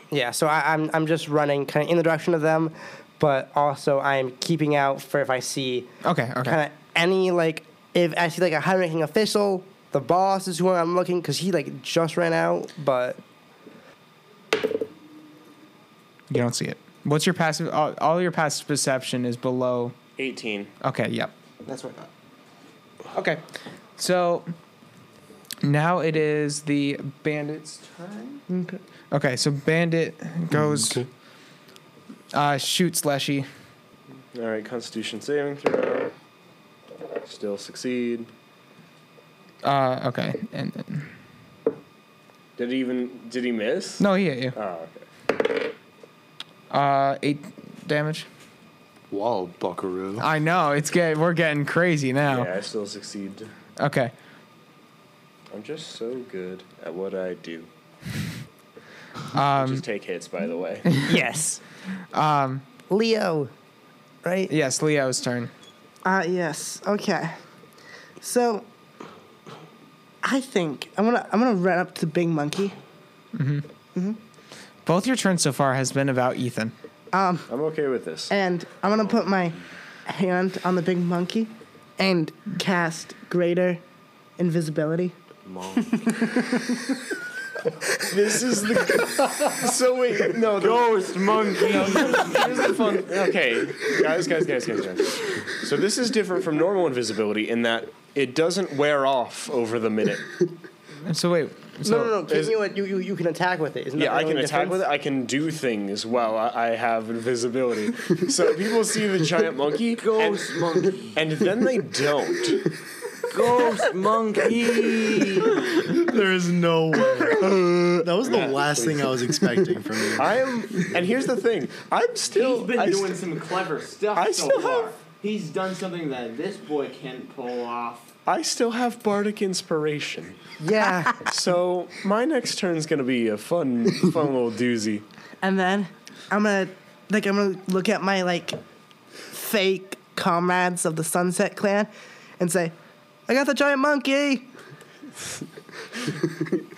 [SPEAKER 3] yeah. So I, I'm I'm just running kind of in the direction of them, but also I'm keeping out for if I see
[SPEAKER 2] Okay, okay.
[SPEAKER 3] kind of any like if I see like a high ranking official, the boss is who I'm looking because he like just ran out, but.
[SPEAKER 2] You don't see it. What's your passive? All, all your passive perception is below.
[SPEAKER 1] 18.
[SPEAKER 2] Okay, yep.
[SPEAKER 3] That's what I thought.
[SPEAKER 2] Okay, so now it is the bandit's turn. Okay. Okay, so bandit goes. Uh, shoots Leshy.
[SPEAKER 1] All right, Constitution saving throw. Still succeed.
[SPEAKER 2] Uh, okay, and then,
[SPEAKER 1] Did he even? Did he miss?
[SPEAKER 2] no, he hit you.
[SPEAKER 1] Oh, okay.
[SPEAKER 2] Uh, eight damage.
[SPEAKER 4] Wall buckaroo.
[SPEAKER 2] I know it's get we're getting crazy now.
[SPEAKER 1] Yeah, I still succeed.
[SPEAKER 2] Okay,
[SPEAKER 1] I'm just so good at what I do.
[SPEAKER 2] Um,
[SPEAKER 1] just take hits, by the way.
[SPEAKER 3] yes. Um, Leo, right?
[SPEAKER 2] yes, Leo's turn.
[SPEAKER 5] Ah, yes. Okay. So, I think I'm gonna I'm gonna run up to Big Monkey.
[SPEAKER 2] Both your turns so far has been about Ethan.
[SPEAKER 1] I'm okay with this.
[SPEAKER 5] and I'm gonna put my hand on the big monkey and cast greater invisibility.
[SPEAKER 1] This is the. so wait, no. The,
[SPEAKER 6] Ghost monkey.
[SPEAKER 1] here's the fun. Okay, guys, guys, guys, guys, guys. So this is different from normal invisibility in that it doesn't wear off over the minute.
[SPEAKER 2] So wait, so
[SPEAKER 3] no, no, no. Can
[SPEAKER 1] is-
[SPEAKER 3] you,
[SPEAKER 5] uh,
[SPEAKER 3] you, you, you can attack with it. Isn't that
[SPEAKER 1] Yeah,
[SPEAKER 3] the
[SPEAKER 1] I can
[SPEAKER 3] only
[SPEAKER 1] attack
[SPEAKER 3] difference?
[SPEAKER 1] with it. I can do things while I, I have invisibility. so people see the giant monkey, and,
[SPEAKER 6] Ghost monkey.
[SPEAKER 1] and then they don't.
[SPEAKER 6] Ghost monkey.
[SPEAKER 4] There is no way. that was the last thing I was expecting from you.
[SPEAKER 1] I am, and here's the thing. I'm still.
[SPEAKER 6] He's been
[SPEAKER 1] I
[SPEAKER 6] doing
[SPEAKER 1] st-
[SPEAKER 6] some clever stuff
[SPEAKER 1] I
[SPEAKER 6] so
[SPEAKER 1] still
[SPEAKER 6] far.
[SPEAKER 1] have-
[SPEAKER 6] He's done something that this boy can't pull off.
[SPEAKER 1] I still have bardic inspiration.
[SPEAKER 5] Yeah.
[SPEAKER 1] So my next turn's gonna be a fun, fun little doozy.
[SPEAKER 5] and then I'm gonna like I'm gonna look at my like fake comrades of the Sunset Clan and say, I got the giant monkey.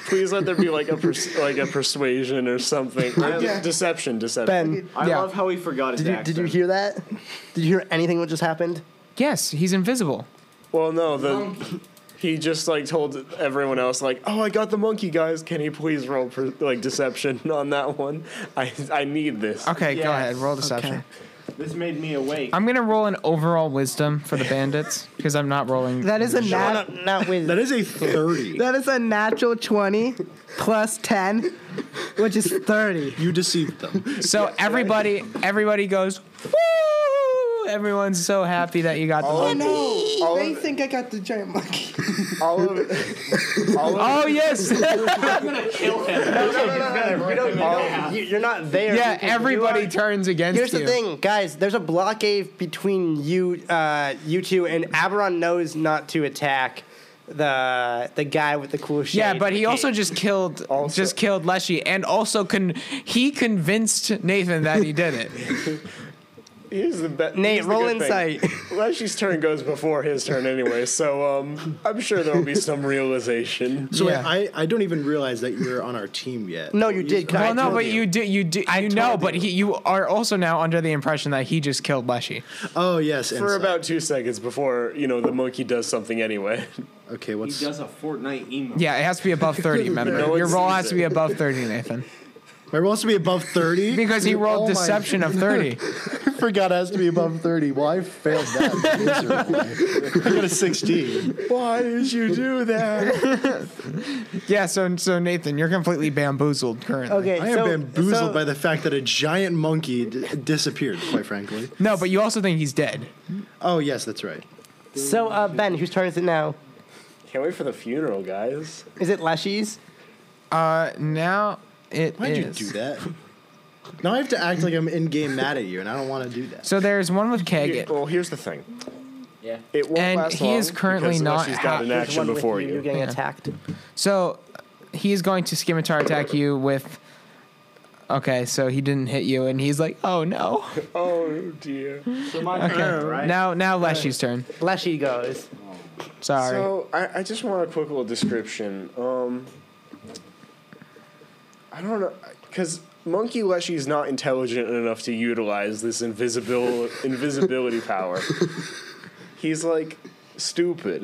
[SPEAKER 1] Please let there be like a pers- like a persuasion or something. Or
[SPEAKER 6] Yeah.
[SPEAKER 1] Deception, deception.
[SPEAKER 3] Ben,
[SPEAKER 6] I
[SPEAKER 2] Yeah.
[SPEAKER 6] love how he forgot his
[SPEAKER 3] did you, did you
[SPEAKER 6] accent.
[SPEAKER 3] hear that? Did you hear anything what just happened?
[SPEAKER 2] yes, he's invisible.
[SPEAKER 1] Well, no, the
[SPEAKER 6] Monkey.
[SPEAKER 1] he just like told everyone else like, oh, I got the monkey, guys. Can you please roll per- like deception on that one? I I need this.
[SPEAKER 2] Okay,
[SPEAKER 6] Yes.
[SPEAKER 2] go ahead, roll deception.
[SPEAKER 5] Okay.
[SPEAKER 6] This made me awake.
[SPEAKER 2] I'm gonna roll an overall wisdom for the bandits because I'm not rolling.
[SPEAKER 5] That is a nat-
[SPEAKER 3] Not, not with.
[SPEAKER 4] That is a 30.
[SPEAKER 5] that is a natural twenty plus ten, which is thirty.
[SPEAKER 4] you deceived them.
[SPEAKER 2] so everybody, everybody goes, woo! Everyone's so happy that you got the.
[SPEAKER 3] Oh.
[SPEAKER 1] All
[SPEAKER 2] Monkey.
[SPEAKER 1] of, all
[SPEAKER 5] They
[SPEAKER 1] of,
[SPEAKER 5] think I got the giant monkey.
[SPEAKER 1] all of, all of
[SPEAKER 2] Oh yes,
[SPEAKER 6] I'm gonna kill him.
[SPEAKER 1] we don't
[SPEAKER 5] Oh.
[SPEAKER 1] all,
[SPEAKER 3] you, you're not there.
[SPEAKER 2] yeah.
[SPEAKER 3] because you
[SPEAKER 2] Everybody
[SPEAKER 3] are-
[SPEAKER 2] turns against
[SPEAKER 3] Here's
[SPEAKER 2] you.
[SPEAKER 3] the thing, guys. There's a blockade between you, uh, you two, and Aberon knows not to attack the the guy with the cool shade.
[SPEAKER 2] Yeah, but he also just killed,
[SPEAKER 1] Also-
[SPEAKER 2] just killed Leshy, and also con- he convinced Nathan that he did it.
[SPEAKER 1] here's the bet.
[SPEAKER 3] Nate,
[SPEAKER 1] here's the
[SPEAKER 3] roll
[SPEAKER 1] good thing.
[SPEAKER 3] insight.
[SPEAKER 1] Leshy's turn goes before his turn anyway, so um, I'm sure there'll be some realization.
[SPEAKER 4] So
[SPEAKER 2] Yeah.
[SPEAKER 4] I, I don't even realize that you're on our team yet.
[SPEAKER 3] No, you did. 'cause I
[SPEAKER 2] well, no,
[SPEAKER 3] told
[SPEAKER 2] but you do, you do, you know,
[SPEAKER 3] told
[SPEAKER 2] but
[SPEAKER 3] you.
[SPEAKER 2] he, you are also now under the impression that he just killed Leshy.
[SPEAKER 4] Oh, yes.
[SPEAKER 1] For
[SPEAKER 4] insight.
[SPEAKER 1] about two seconds before, you know, the monkey does something anyway.
[SPEAKER 4] Okay,
[SPEAKER 6] He
[SPEAKER 4] what's.
[SPEAKER 6] does a Fortnite emo.
[SPEAKER 2] Yeah, it has to be above thirty. Remember,
[SPEAKER 1] No one
[SPEAKER 2] your roll
[SPEAKER 1] sees
[SPEAKER 2] has to
[SPEAKER 1] it.
[SPEAKER 2] be above thirty, Nathan,
[SPEAKER 4] My roll has to be above 30.
[SPEAKER 2] because he rolled deception of thirty.
[SPEAKER 4] forgot it has to be above 30. Well, I failed that miserably. I got a 16.
[SPEAKER 1] Why did you do that?
[SPEAKER 2] Yeah, so so Nathan, you're completely bamboozled currently.
[SPEAKER 3] Okay,
[SPEAKER 4] I am
[SPEAKER 3] so,
[SPEAKER 4] bamboozled
[SPEAKER 3] so-
[SPEAKER 4] by the fact that a giant monkey d- disappeared, quite frankly.
[SPEAKER 2] No, but you also think he's dead.
[SPEAKER 4] Oh, yes, that's right.
[SPEAKER 3] So, uh, Ben, whose turn is it now?
[SPEAKER 1] Can't wait for the funeral, guys.
[SPEAKER 3] Is it Leshy's?
[SPEAKER 2] Uh, now it
[SPEAKER 4] Why'd
[SPEAKER 2] is.
[SPEAKER 4] you do that? Now I have to act like I'm in game mad at you, and I don't want to do that.
[SPEAKER 2] So there's one with
[SPEAKER 1] Here-
[SPEAKER 2] Keg.
[SPEAKER 1] well, here's the thing.
[SPEAKER 6] Yeah.
[SPEAKER 1] It won't
[SPEAKER 2] And
[SPEAKER 1] last
[SPEAKER 2] he is
[SPEAKER 1] long
[SPEAKER 2] currently
[SPEAKER 1] because
[SPEAKER 2] not
[SPEAKER 1] Unless he's got
[SPEAKER 2] ha-
[SPEAKER 1] an
[SPEAKER 3] There's
[SPEAKER 1] action
[SPEAKER 3] one with
[SPEAKER 1] before
[SPEAKER 3] you. You're getting attacked.
[SPEAKER 2] So he is going to scimitar attack you with. Okay, so he didn't hit you, and he's like, "Oh no!"
[SPEAKER 1] Oh dear.
[SPEAKER 6] So my turn, right?
[SPEAKER 2] Now, now Leshy's turn.
[SPEAKER 3] Leshy goes.
[SPEAKER 2] Sorry.
[SPEAKER 1] So I, I just want a quick little description. Um, I don't know, because Monkey Leshy is not intelligent enough to utilize this invisible invisibility power. He's like stupid.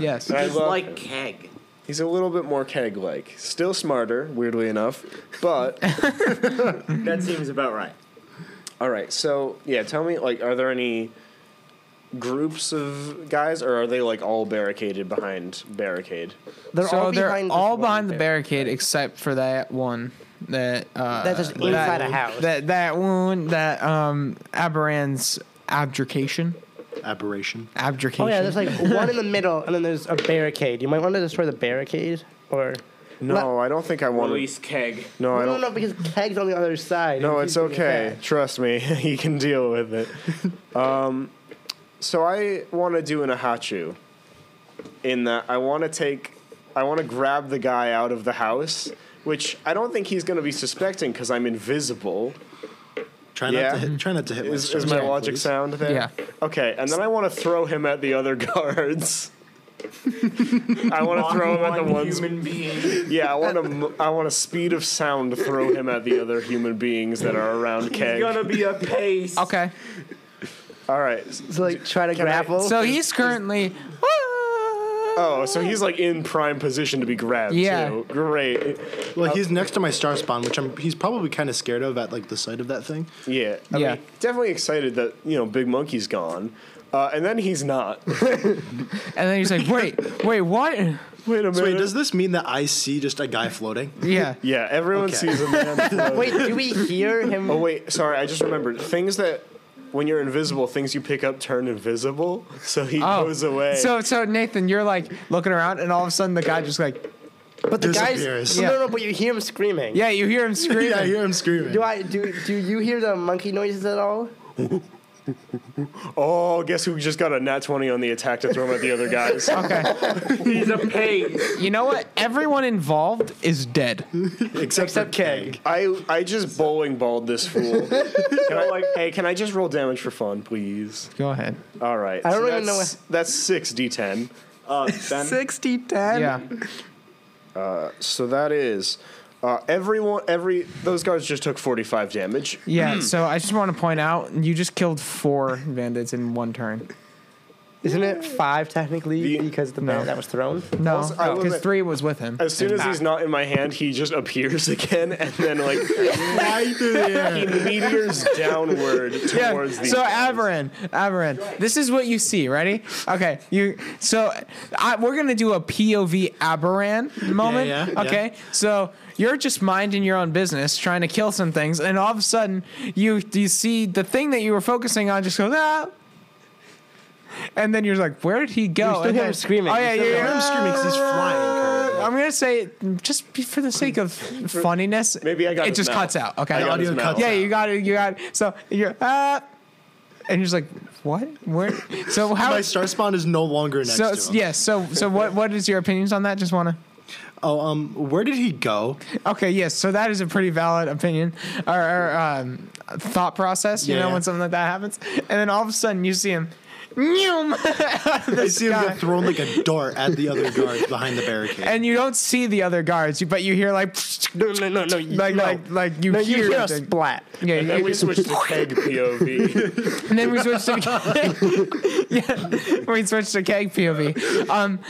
[SPEAKER 2] yes.
[SPEAKER 1] I
[SPEAKER 9] It's
[SPEAKER 1] love
[SPEAKER 9] like
[SPEAKER 1] him.
[SPEAKER 9] keg.
[SPEAKER 1] He's a little bit more keg-like, still smarter, weirdly enough. But
[SPEAKER 6] That seems about right.
[SPEAKER 1] all right, so yeah, tell me, like, are there any groups of guys, or are they like all barricaded behind barricade?
[SPEAKER 3] They're
[SPEAKER 2] so
[SPEAKER 3] all
[SPEAKER 2] they're
[SPEAKER 3] behind this
[SPEAKER 2] all
[SPEAKER 3] one
[SPEAKER 2] behind the
[SPEAKER 3] thing.
[SPEAKER 2] barricade except for that one that uh
[SPEAKER 3] That's just
[SPEAKER 2] that,
[SPEAKER 3] inside a house.
[SPEAKER 2] that that one that um Aberan's abdication
[SPEAKER 4] Aberration.
[SPEAKER 2] abdication
[SPEAKER 3] Oh yeah, there's like one in the middle, and then there's a barricade. You might want to destroy the barricade, or
[SPEAKER 1] No, I don't think I want. to.
[SPEAKER 6] Release keg.
[SPEAKER 1] No, I
[SPEAKER 3] no, no,
[SPEAKER 1] don't.
[SPEAKER 3] no, because Keg's on the other side.
[SPEAKER 1] No,
[SPEAKER 3] If
[SPEAKER 1] it's
[SPEAKER 3] you do that-
[SPEAKER 1] okay. Trust me, you can deal with it. Um, so I want to do an ahachu. In that, I want to take, I want to grab the guy out of the house, which I don't think he's going to be suspecting because I'm invisible.
[SPEAKER 4] Try
[SPEAKER 1] Yeah.
[SPEAKER 4] not to hit, try not to hit
[SPEAKER 1] Is,
[SPEAKER 4] my
[SPEAKER 1] is
[SPEAKER 4] star,
[SPEAKER 1] my logic
[SPEAKER 4] please.
[SPEAKER 1] sound there?
[SPEAKER 2] Yeah.
[SPEAKER 1] Okay, and then I want to throw him at the other guards. I want to throw him at the ones.
[SPEAKER 6] human being.
[SPEAKER 1] Yeah, I want to. I want a speed of sound. Throw him at the other human beings that are around Keg.
[SPEAKER 6] It's gonna be a pace.
[SPEAKER 2] okay
[SPEAKER 1] All right,
[SPEAKER 3] So like try to grapple.
[SPEAKER 2] so he's currently
[SPEAKER 1] Oh, so he's like in prime position to be grabbed.
[SPEAKER 2] Yeah.
[SPEAKER 1] Too. Great.
[SPEAKER 4] Well, he's next to my star spawn, which I'm, he's probably kind of scared of at like the sight of that thing.
[SPEAKER 1] Yeah. I
[SPEAKER 2] Yeah.
[SPEAKER 1] Mean, definitely excited that you know Big Monkey's gone, uh, and then he's not.
[SPEAKER 2] and then he's like wait wait what
[SPEAKER 1] Wait a minute.
[SPEAKER 4] So wait, does this mean that I see just a guy floating?
[SPEAKER 2] yeah
[SPEAKER 1] yeah, everyone
[SPEAKER 4] Okay.
[SPEAKER 1] sees him. man.
[SPEAKER 3] Wait, do we hear him?
[SPEAKER 1] oh wait, sorry, I just remembered things that when you're invisible, things you pick up turn invisible, so he
[SPEAKER 2] oh
[SPEAKER 1] goes away.
[SPEAKER 2] so so Nathan you're like looking around and all of a sudden the guy just like
[SPEAKER 3] but the guys,
[SPEAKER 4] disappears.
[SPEAKER 3] no,
[SPEAKER 2] Yeah.
[SPEAKER 3] no, no, but you hear him screaming.
[SPEAKER 2] yeah you hear him screaming
[SPEAKER 4] yeah, I hear him screaming.
[SPEAKER 3] Do I do? Do you hear the monkey noises at all?
[SPEAKER 1] oh, guess who just got a nat twenty on the attack to throw him at the other guys?
[SPEAKER 2] okay
[SPEAKER 6] He's a pace.
[SPEAKER 2] you know what everyone involved is dead
[SPEAKER 4] Except, for
[SPEAKER 3] Except Keg.
[SPEAKER 1] I I just bowling balled this fool. Can I, hey, can I just roll damage for fun, please?
[SPEAKER 2] go ahead
[SPEAKER 1] All right.
[SPEAKER 3] I don't even know
[SPEAKER 1] that's- That's six d10.
[SPEAKER 6] Uh, ben,
[SPEAKER 5] Sixty ten.
[SPEAKER 2] yeah
[SPEAKER 1] So that is uh, everyone. Every those guards just took forty-five damage.
[SPEAKER 2] Yeah, so I just want to point out you just killed four bandits in one turn.
[SPEAKER 3] Isn't it five technically
[SPEAKER 1] The-
[SPEAKER 3] because the
[SPEAKER 2] No.
[SPEAKER 3] man that was thrown?
[SPEAKER 2] No,
[SPEAKER 1] Also, I will
[SPEAKER 2] because
[SPEAKER 1] admit-
[SPEAKER 2] three was with him.
[SPEAKER 1] As soon as he's not in my hand, he just appears again, and then like
[SPEAKER 4] Right through the air.
[SPEAKER 1] he meteors downward towards
[SPEAKER 2] yeah,
[SPEAKER 1] the.
[SPEAKER 2] so Avarin, Avarin, this is what you see. Ready? Okay, you. So I, we're gonna do a POV Avarin moment.
[SPEAKER 4] Yeah, yeah,
[SPEAKER 2] okay, so you're just minding your own business, trying to kill some things, and all of a sudden you you see the thing that you were focusing on just goes ah, and then you're like, where did he go?
[SPEAKER 3] still
[SPEAKER 2] And
[SPEAKER 3] hear
[SPEAKER 2] then-
[SPEAKER 3] him screaming.
[SPEAKER 2] Oh
[SPEAKER 3] You
[SPEAKER 2] yeah,
[SPEAKER 3] still
[SPEAKER 2] you
[SPEAKER 4] I hear him screaming 'cause he's flying.
[SPEAKER 2] I'm gonna say it just be- for the sake of funniness.
[SPEAKER 1] Maybe I got
[SPEAKER 2] it.
[SPEAKER 1] his
[SPEAKER 2] just
[SPEAKER 1] mouth.
[SPEAKER 2] cuts out. Okay.
[SPEAKER 1] I got
[SPEAKER 4] The
[SPEAKER 1] his
[SPEAKER 4] audio
[SPEAKER 1] mouth.
[SPEAKER 4] cuts
[SPEAKER 2] yeah, you got it. You got it. So you're uh, and you're just like, what? Where? So how?
[SPEAKER 4] My star spawn is no longer next
[SPEAKER 2] So
[SPEAKER 4] to him.
[SPEAKER 2] yes. So so what? What is your opinions on that? Just wanna.
[SPEAKER 4] Oh, um, where did he go?
[SPEAKER 2] Okay. Yes. So that is a pretty valid opinion or, or um, thought process. You
[SPEAKER 4] Yeah,
[SPEAKER 2] know
[SPEAKER 4] yeah.
[SPEAKER 2] when something like that happens, and then all of a sudden you see him.
[SPEAKER 4] I see him
[SPEAKER 2] guy.
[SPEAKER 4] get thrown like a dart at the other guard behind the barricade.
[SPEAKER 2] And you don't see the other guards, but you hear like,
[SPEAKER 3] No, no, no, no. you-
[SPEAKER 2] like,
[SPEAKER 3] no.
[SPEAKER 2] like, like you
[SPEAKER 3] no,
[SPEAKER 2] hear,
[SPEAKER 3] you hear a
[SPEAKER 2] the-
[SPEAKER 3] splat.
[SPEAKER 2] yeah,
[SPEAKER 1] And
[SPEAKER 2] you-
[SPEAKER 1] then we switch to keg POV.
[SPEAKER 2] And then we switched to yeah, we switched to keg POV. Um,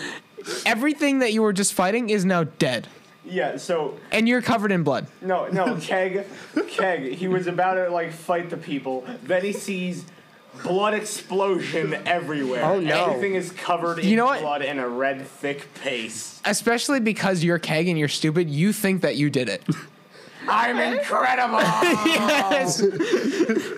[SPEAKER 2] everything that you were just fighting is now dead.
[SPEAKER 6] Yeah, so
[SPEAKER 2] and you're covered in blood.
[SPEAKER 6] No, no, Keg, Keg. He was about to like fight the people. Then he sees blood explosion everywhere.
[SPEAKER 3] Oh, no.
[SPEAKER 6] Everything is covered
[SPEAKER 2] You
[SPEAKER 6] in
[SPEAKER 2] know what?
[SPEAKER 6] blood and a red thick paste.
[SPEAKER 2] Especially because you're keg and you're stupid, you think that you did it.
[SPEAKER 6] I'm incredible.
[SPEAKER 2] yes,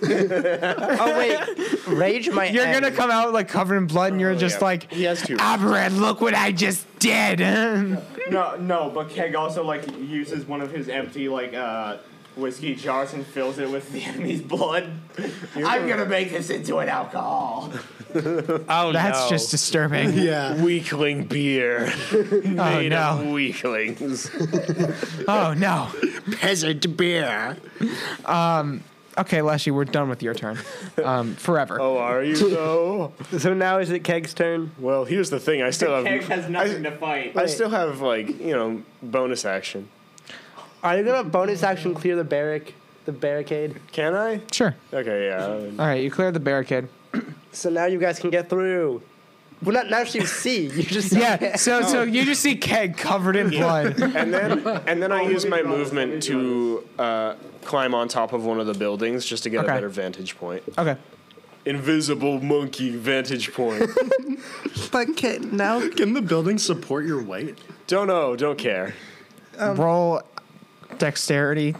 [SPEAKER 3] Oh wait, rage might.
[SPEAKER 2] you're
[SPEAKER 3] end.
[SPEAKER 2] gonna come out like covered in blood, and you're just
[SPEAKER 1] Oh, yeah.
[SPEAKER 2] like,
[SPEAKER 1] He has two.
[SPEAKER 2] Abred, look what I just did.
[SPEAKER 6] no, no, but Keg also like uses one of his empty like uh whiskey jars and fills it with the enemy's blood. I'm gonna make this into an alcohol.
[SPEAKER 9] Oh,
[SPEAKER 2] That's
[SPEAKER 9] no.
[SPEAKER 2] just disturbing.
[SPEAKER 4] Yeah.
[SPEAKER 1] Weakling beer.
[SPEAKER 2] oh no.
[SPEAKER 1] Weaklings.
[SPEAKER 2] Oh no.
[SPEAKER 4] Peasant beer.
[SPEAKER 2] Okay, Leshy, we're done with your turn. Um, forever.
[SPEAKER 1] Oh, are you though?
[SPEAKER 3] So now is it Keg's turn?
[SPEAKER 1] Well, here's the thing. I still
[SPEAKER 6] Keg
[SPEAKER 1] have.
[SPEAKER 6] has nothing to fight.
[SPEAKER 1] I still have like you know bonus action.
[SPEAKER 3] Are you gonna bonus action clear the barrack, the barricade?
[SPEAKER 1] Can I?
[SPEAKER 2] Sure.
[SPEAKER 1] Okay, yeah.
[SPEAKER 2] All right, you cleared the barricade.
[SPEAKER 3] So now you guys can get through. Well, not now. You see, you just
[SPEAKER 2] Yeah. So, so you just see Keg covered in blood.
[SPEAKER 1] And then and
[SPEAKER 2] Oh,
[SPEAKER 1] then I use my movement to uh, climb on top of one of the buildings just to get
[SPEAKER 2] Okay.
[SPEAKER 1] a better vantage point.
[SPEAKER 2] Okay.
[SPEAKER 1] Invisible monkey vantage point.
[SPEAKER 5] But can, now
[SPEAKER 4] Can the building support your weight?
[SPEAKER 1] don't know. Don't care.
[SPEAKER 2] Roll dexterity.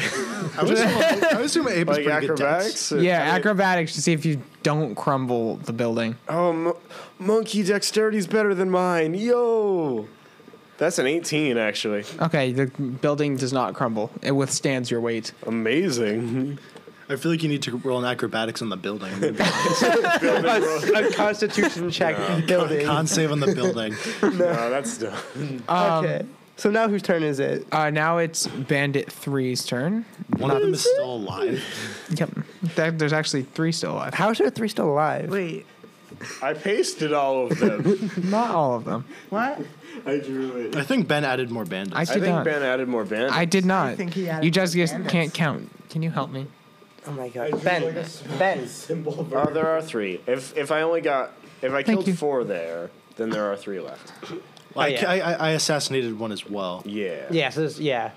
[SPEAKER 4] I would assume, I would assume Abe is
[SPEAKER 1] Like
[SPEAKER 4] pretty acrobatics?
[SPEAKER 1] acrobatics.
[SPEAKER 2] Yeah, acrobatics to see if you don't crumble the building.
[SPEAKER 1] Oh, mo- monkey dexterity's better than mine. Yo. That's an 18, actually.
[SPEAKER 2] Okay, the building does not crumble. It withstands your weight.
[SPEAKER 1] Amazing.
[SPEAKER 4] I feel like you need to roll an acrobatics on the building.
[SPEAKER 3] a, a Constitution check building.
[SPEAKER 4] Con save on the building.
[SPEAKER 1] No, that's dumb.
[SPEAKER 3] okay.
[SPEAKER 5] Um,
[SPEAKER 3] So now whose turn is it?
[SPEAKER 2] Uh, now it's Bandit Three's turn.
[SPEAKER 4] One of them is still alive.
[SPEAKER 2] Yep. There- There's actually three still alive.
[SPEAKER 3] How is there three still alive?
[SPEAKER 5] wait,
[SPEAKER 1] I pasted all of them.
[SPEAKER 2] Not all of them.
[SPEAKER 5] what?
[SPEAKER 6] I drew it.
[SPEAKER 4] I think Ben added more bandits.
[SPEAKER 2] I
[SPEAKER 1] I
[SPEAKER 2] did
[SPEAKER 1] think
[SPEAKER 2] not.
[SPEAKER 1] Ben added more bandits.
[SPEAKER 2] I did not.
[SPEAKER 5] think he added
[SPEAKER 2] you just
[SPEAKER 5] more
[SPEAKER 2] guess-
[SPEAKER 5] bandits.
[SPEAKER 2] can't count. Can you help me?
[SPEAKER 3] Oh my
[SPEAKER 6] I
[SPEAKER 3] god,
[SPEAKER 6] drew,
[SPEAKER 3] Ben,
[SPEAKER 6] like, a small
[SPEAKER 3] Ben.
[SPEAKER 6] symbol of
[SPEAKER 1] Uh, there are three. If if I only got if I
[SPEAKER 2] Thank
[SPEAKER 1] killed
[SPEAKER 2] you.
[SPEAKER 1] four there, then there are three left.
[SPEAKER 4] Well, I,
[SPEAKER 3] yeah.
[SPEAKER 4] ca- I, I, I assassinated one as well.
[SPEAKER 1] Yeah.
[SPEAKER 3] Yeah, so this, yeah.